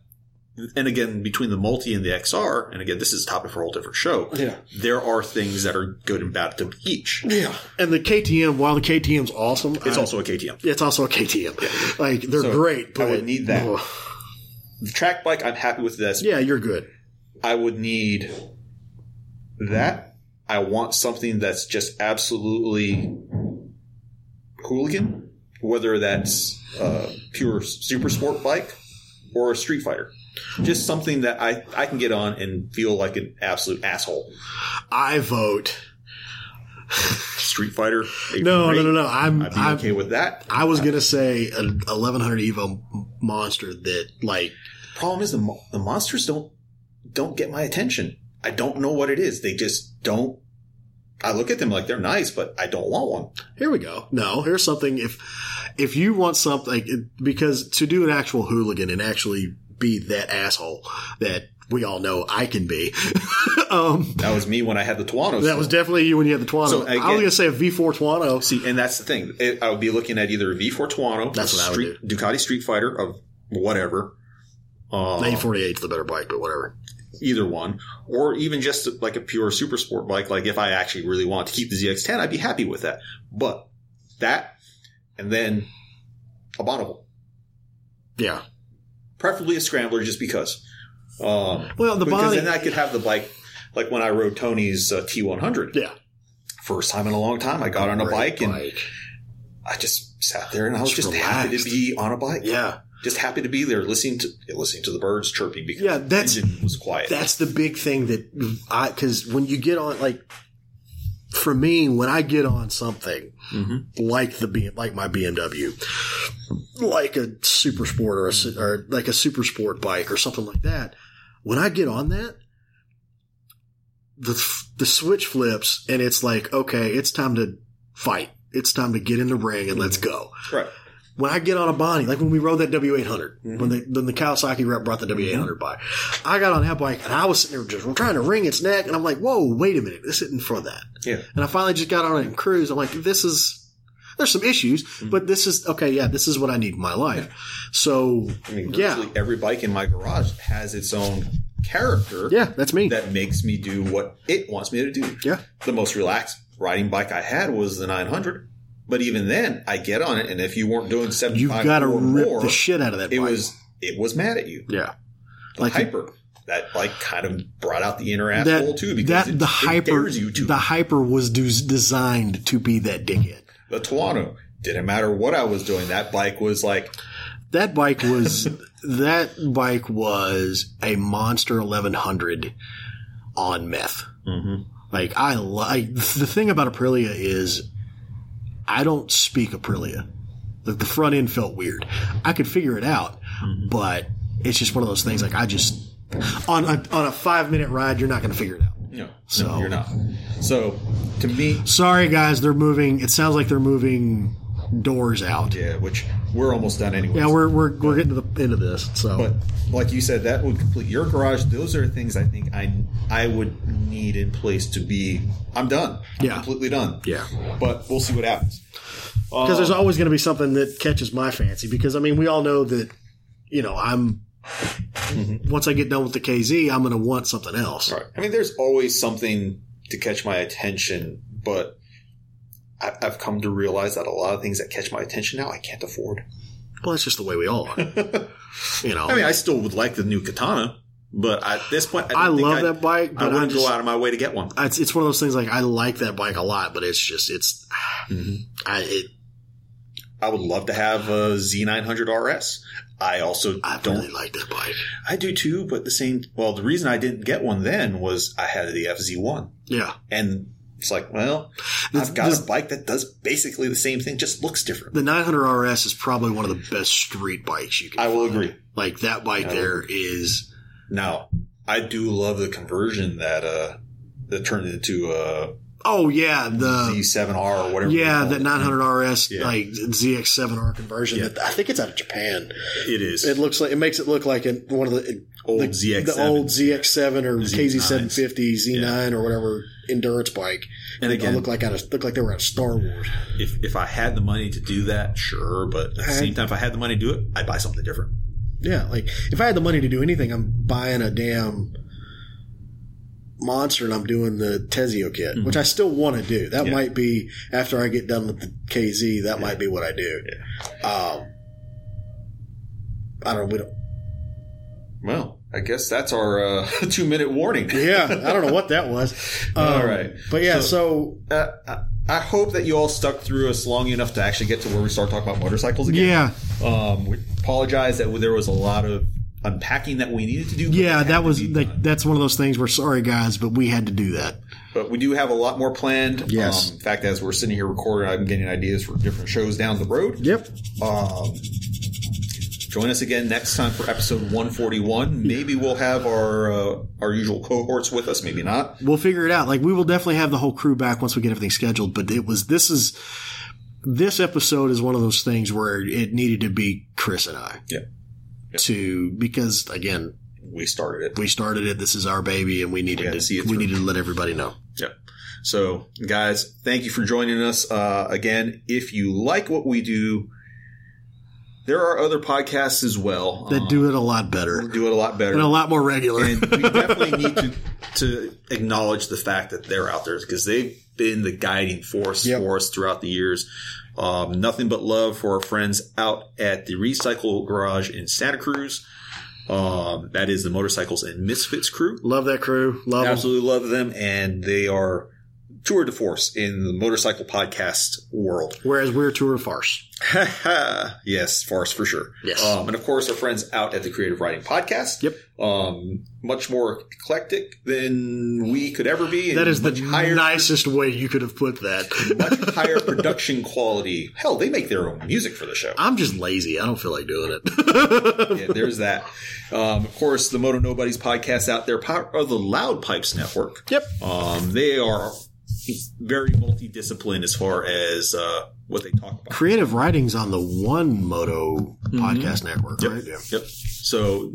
A: and again, between the multi and the XR, and again, this is a topic for a whole different show.
B: Yeah.
A: there are things that are good and bad to each.
B: Yeah. and the KTM. While the KTM's awesome,
A: It's
B: I-
A: also a KTM.
B: it's also a KTM. Like they're
A: So,
B: great,
A: I
B: but
A: would need that. The track bike, I'm happy with this.
B: Yeah, you're good.
A: I would need that. I want something that's just absolutely hooligan, whether that's uh, pure super sport bike or a street fighter. Just something that I, I can get on and feel like an absolute asshole.
B: I vote
A: Street Fighter.
B: No, no, no, no. I'm,
A: I'd be
B: I'm,
A: okay with that.
B: I was gonna say an 1100 Evo m- monster that like
A: Problem is the mo- the monsters don't don't get my attention. I don't know what it is. They just don't. I look at them like they're nice, but I don't want one.
B: here we go. No, here's something. If if you want something like, it- because to do an actual hooligan and actually be that asshole that we all know I can be, um,
A: That was me when I had the Tuanos.
B: that was definitely you when you had the Tuano.
A: So,
B: I was
A: again-
B: gonna say a V4 Tuano.
A: see, and that's the thing. It, I would be looking at either a V4 Tuano,
B: That's what I would
A: street, Ducati Street Fighter of whatever, uh,
B: 948 is the better bike, but whatever.
A: either one, or even just like a pure super sport bike. Like if I actually really want to keep the ZX10, I'd be happy with that. But that, and then a Bonneville.
B: Yeah.
A: preferably a scrambler just because. Um,
B: Well, the
A: because
B: Bonnie-
A: then I could have the bike, like when I rode Tony's uh, T100.
B: Yeah.
A: First time in a long time, I got on a
B: Great
A: bike and I just sat there and I was
B: Just
A: just happy to
B: relaxed.
A: be on a bike.
B: yeah.
A: Just happy to be there listening to listening to the birds chirping because
B: Yeah, that's-
A: the engine was quiet.
B: That's the big thing that I because when you get on like for me when I get on something
A: Mhm.
B: like the B, like my BMW, like a super sport or a su- or like a super sport bike or something like that, when I get on that. The, f- the switch flips and it's like okay it's time to fight it's time to get in the ring and let's go
A: Right.
B: when I get on a Bonnie, like when we rode that W800, when, they, when the Kawasaki rep brought the W800 by, I got on that bike and I was sitting there just trying to wring its neck. And I'm like, whoa, wait a minute. This isn't for that.
A: Yeah.
B: And I finally just got on it and cruised. I'm like, this is, there's some issues,
A: Mm-hmm.
B: but this is, okay, yeah, this is what I need in my life. So,
A: I mean,
B: yeah.
A: virtually every bike in my garage has its own character
B: Yeah, that's me.
A: that makes me do what it wants me to do.
B: yeah.
A: the most relaxed riding bike I had was the 900. But even then, I get on it, and if you weren't doing 75
B: You've got to
A: or
B: rip
A: more,
B: the shit out of that
A: it
B: bike.
A: was it was mad at you.
B: yeah.
A: The
B: Like-
A: hyper that bike kind of brought out the inner asshole
B: That,
A: too because
B: that
A: it,
B: the
A: it
B: hyper,
A: dares you to.
B: the hyper was des- designed to be that dickhead.
A: the Tuano didn't matter what I was doing. That bike was like
B: That bike was that bike was a monster 1100 on meth. Like I like the thing about Aprilia is I don't speak Aprilia. The, the front end felt weird. I could figure it out, but it's just one of those things. Like I just on a, on a five minute ride, you're not going to figure it out.
A: no,
B: So-
A: no, you're not. So to me,
B: Sorry guys, they're moving. It sounds like they're moving doors out.
A: Yeah, which we're almost done anyway.
B: Yeah, we're, we're, we're getting to the end of this. So
A: But like you said, that would complete your garage. Those are things I think I I would need in place to be. I'm done. I'm
B: Yeah.
A: completely done.
B: Yeah.
A: but we'll see what happens. Um,
B: because there's always going to be something that catches my fancy. Because I mean, we all know that you know I'm. Once I get done with the KZ, I'm going to want something else.
A: Right. I mean, there's always something to catch my attention, but I, I've come to realize that a lot of things that catch my attention now I can't afford.
B: Well, that's just the way we all are. you know,
A: I mean, I still would like the new katana, but at this point, I,
B: I
A: don't think
B: love
A: I'd-
B: that bike,
A: I
B: but I
A: wouldn't
B: just-
A: go out of my way to get one.
B: it's it's one of those things like I like that bike a lot, but it's just it's I it,
A: Mm-hmm. I would love to have a Z900 RS. I also
B: I
A: don't
B: really like that bike.
A: I do too, but the same. Well, the reason I didn't get one then was I had the FZ1,
B: Yeah,
A: and it's like, well,
B: This-
A: I've got
B: this-
A: a bike that does basically the same thing, just looks different.
B: the 900 RS is probably one of the best street bikes you can.
A: I will agree.
B: Like that bike
A: I
B: there is
A: Now, I do love the conversion that uh that turned into uh, a
B: oh yeah the
A: Z7R or whatever.
B: yeah
A: they
B: that
A: call
B: 900 RS
A: Yeah.
B: like ZX7R conversion.
A: Yeah.
B: that- I think it's out of Japan.
A: it. it is
B: It looks like it makes it look like an, one of the
A: old
B: the,
A: ZX7.
B: the old ZX7 or
A: Z9s.
B: KZ750 Z9 or whatever endurance bike.
A: And
B: They
A: again-
B: look like out of, look like they were out of Star Wars.
A: if if I had the money to do that, sure, but at the same time, if I had the money to do it, I'd buy something different.
B: Yeah, like if I had the money to do anything, I'm buying a damn monster and I'm doing the Tezio kit, which I still want to do. That
A: Mm-hmm. Yeah.
B: might be after I get done with the KZ. That might be what I do. Um, I don't. We don't.
A: Well, I guess that's our uh, two minute warning.
B: Yeah, I don't know what that was.
A: All
B: Um,
A: right.
B: but yeah, so
A: uh, I- I hope that you all stuck through us long enough to actually get to where we start talking about motorcycles again.
B: yeah,
A: Um, we apologize that there was a lot of unpacking that we needed to do. but it
B: Yeah,
A: had
B: that
A: to
B: was
A: be
B: like
A: done.
B: that's one of those things. We're sorry, guys, but we had to do that.
A: But we do have a lot more planned.
B: Yes.
A: Um, in fact, as we're sitting here recording, I'm getting ideas for different shows down the road.
B: Yep.
A: Um, join us again next time for episode 141. Maybe we'll have our uh, our usual cohorts with us. Maybe not.
B: We'll figure it out. Like we will definitely have the whole crew back once we get everything scheduled. But it was this is this episode is one of those things where it needed to be Chris and I.
A: Yeah.
B: To because again
A: We started it.
B: we started it. This is our baby, and we needed
A: Yeah,
B: to
A: see it
B: we
A: through.
B: needed to let everybody know.
A: Yep. So, guys, thank you for joining us. Uh, again, if you like what we do, there are other podcasts as well
B: That
A: um,
B: do it a lot better
A: do it a lot better.
B: and a lot more regular.
A: and we definitely need to, to acknowledge the fact that they're out there because they've been the guiding force
B: Yep.
A: for us throughout the years. Um, nothing but love for our friends out at the Recycle Garage in Santa Cruz. Um, that is the Motorcycles and Misfits crew.
B: Love that crew. Love 'em.
A: Absolutely love them, and they are tour de force in the motorcycle podcast world.
B: Whereas we're tour of farce.
A: yes, farce for sure.
B: Yes.
A: Um, and of course, our friends out at the Creative Writing Podcast.
B: Yep.
A: Um, much more eclectic than we could ever be. and
B: That is the
A: much higher,
B: nicest way you could have put that.
A: much higher production quality. Hell, they make their own music for the show.
B: I'm just lazy. I don't feel like doing it.
A: Yeah, there's that. Um, of course, the Moto Nobodies podcast out there, part of the Loud Pipes Network.
B: yep.
A: Um, they are very multidisciplined as far as uh, what they talk about.
B: Creative writing's on the One Moto podcast network, right? Yeah.
A: Mm-hmm. Yep. So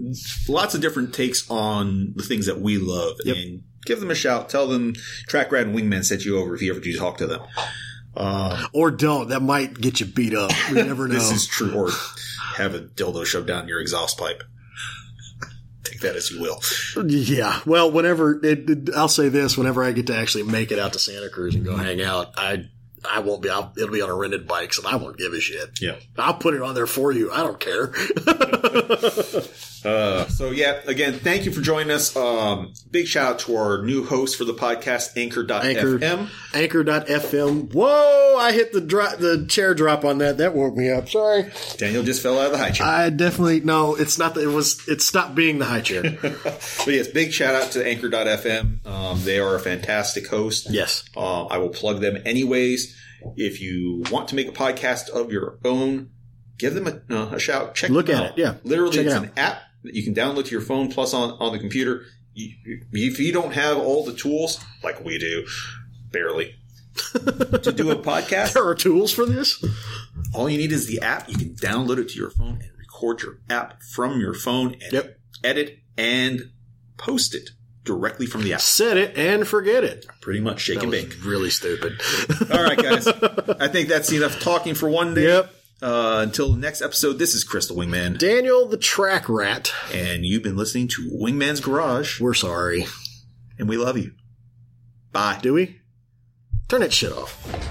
A: lots of different takes on the things that we love,
B: Yep.
A: and give them a shout. Tell them Track Rad and Wingman sent you over if you ever do talk to them. Um,
B: Or don't. That might get you beat up. We never know.
A: This is true. Or have a dildo shoved down your exhaust pipe. Take that as you will.
B: yeah. Well, whenever it, it- I'll say this, whenever I get to actually make it out to Santa Cruz and go
A: Mm-hmm.
B: hang out, I I won't be. I'll, it'll be on a rented bike, so I won't give a shit.
A: Yeah.
B: I'll put it on there for you. I don't care.
A: Uh, so yeah, again, thank you for joining us. Um, big shout out to our new host for the podcast, Anchor.fm.
B: Anchor.
A: Anchor.
B: Anchor.fm. Whoa! I hit the drop, the chair drop on that. That woke me up. Sorry.
A: Daniel just fell out of the high chair.
B: I definitely no. It's not. that It was. It stopped being the high chair. Ah.
A: but yes, big shout out to Anchor.fm. Um, they are a fantastic host.
B: yes.
A: Um, I will plug them anyways. If you want to make a podcast of your own, give them a, uh, a shout. Check
B: Look
A: them
B: at
A: out.
B: it, yeah.
A: literally,
B: Check it
A: it's
B: out.
A: an app that you can download to your phone plus on on the computer. You, you- if you don't have all the tools like we do, barely to do a podcast,
B: There are tools for this.
A: All you need is the app. You can download it to your phone and record your app from your phone and
B: Yep.
A: edit and post it directly from the app.
B: Set it and forget it.
A: Pretty much shake
B: That
A: and
B: was
A: bake.
B: really stupid.
A: All right, guys. I think that's enough talking for one day.
B: yep.
A: Uh, until the next episode, this is Crystal Wingman,
B: Daniel the Track Rat.
A: and you've been listening to Wingman's Garage,
B: We're sorry.
A: and we love you. Bye.
B: Do we? Turn that shit off.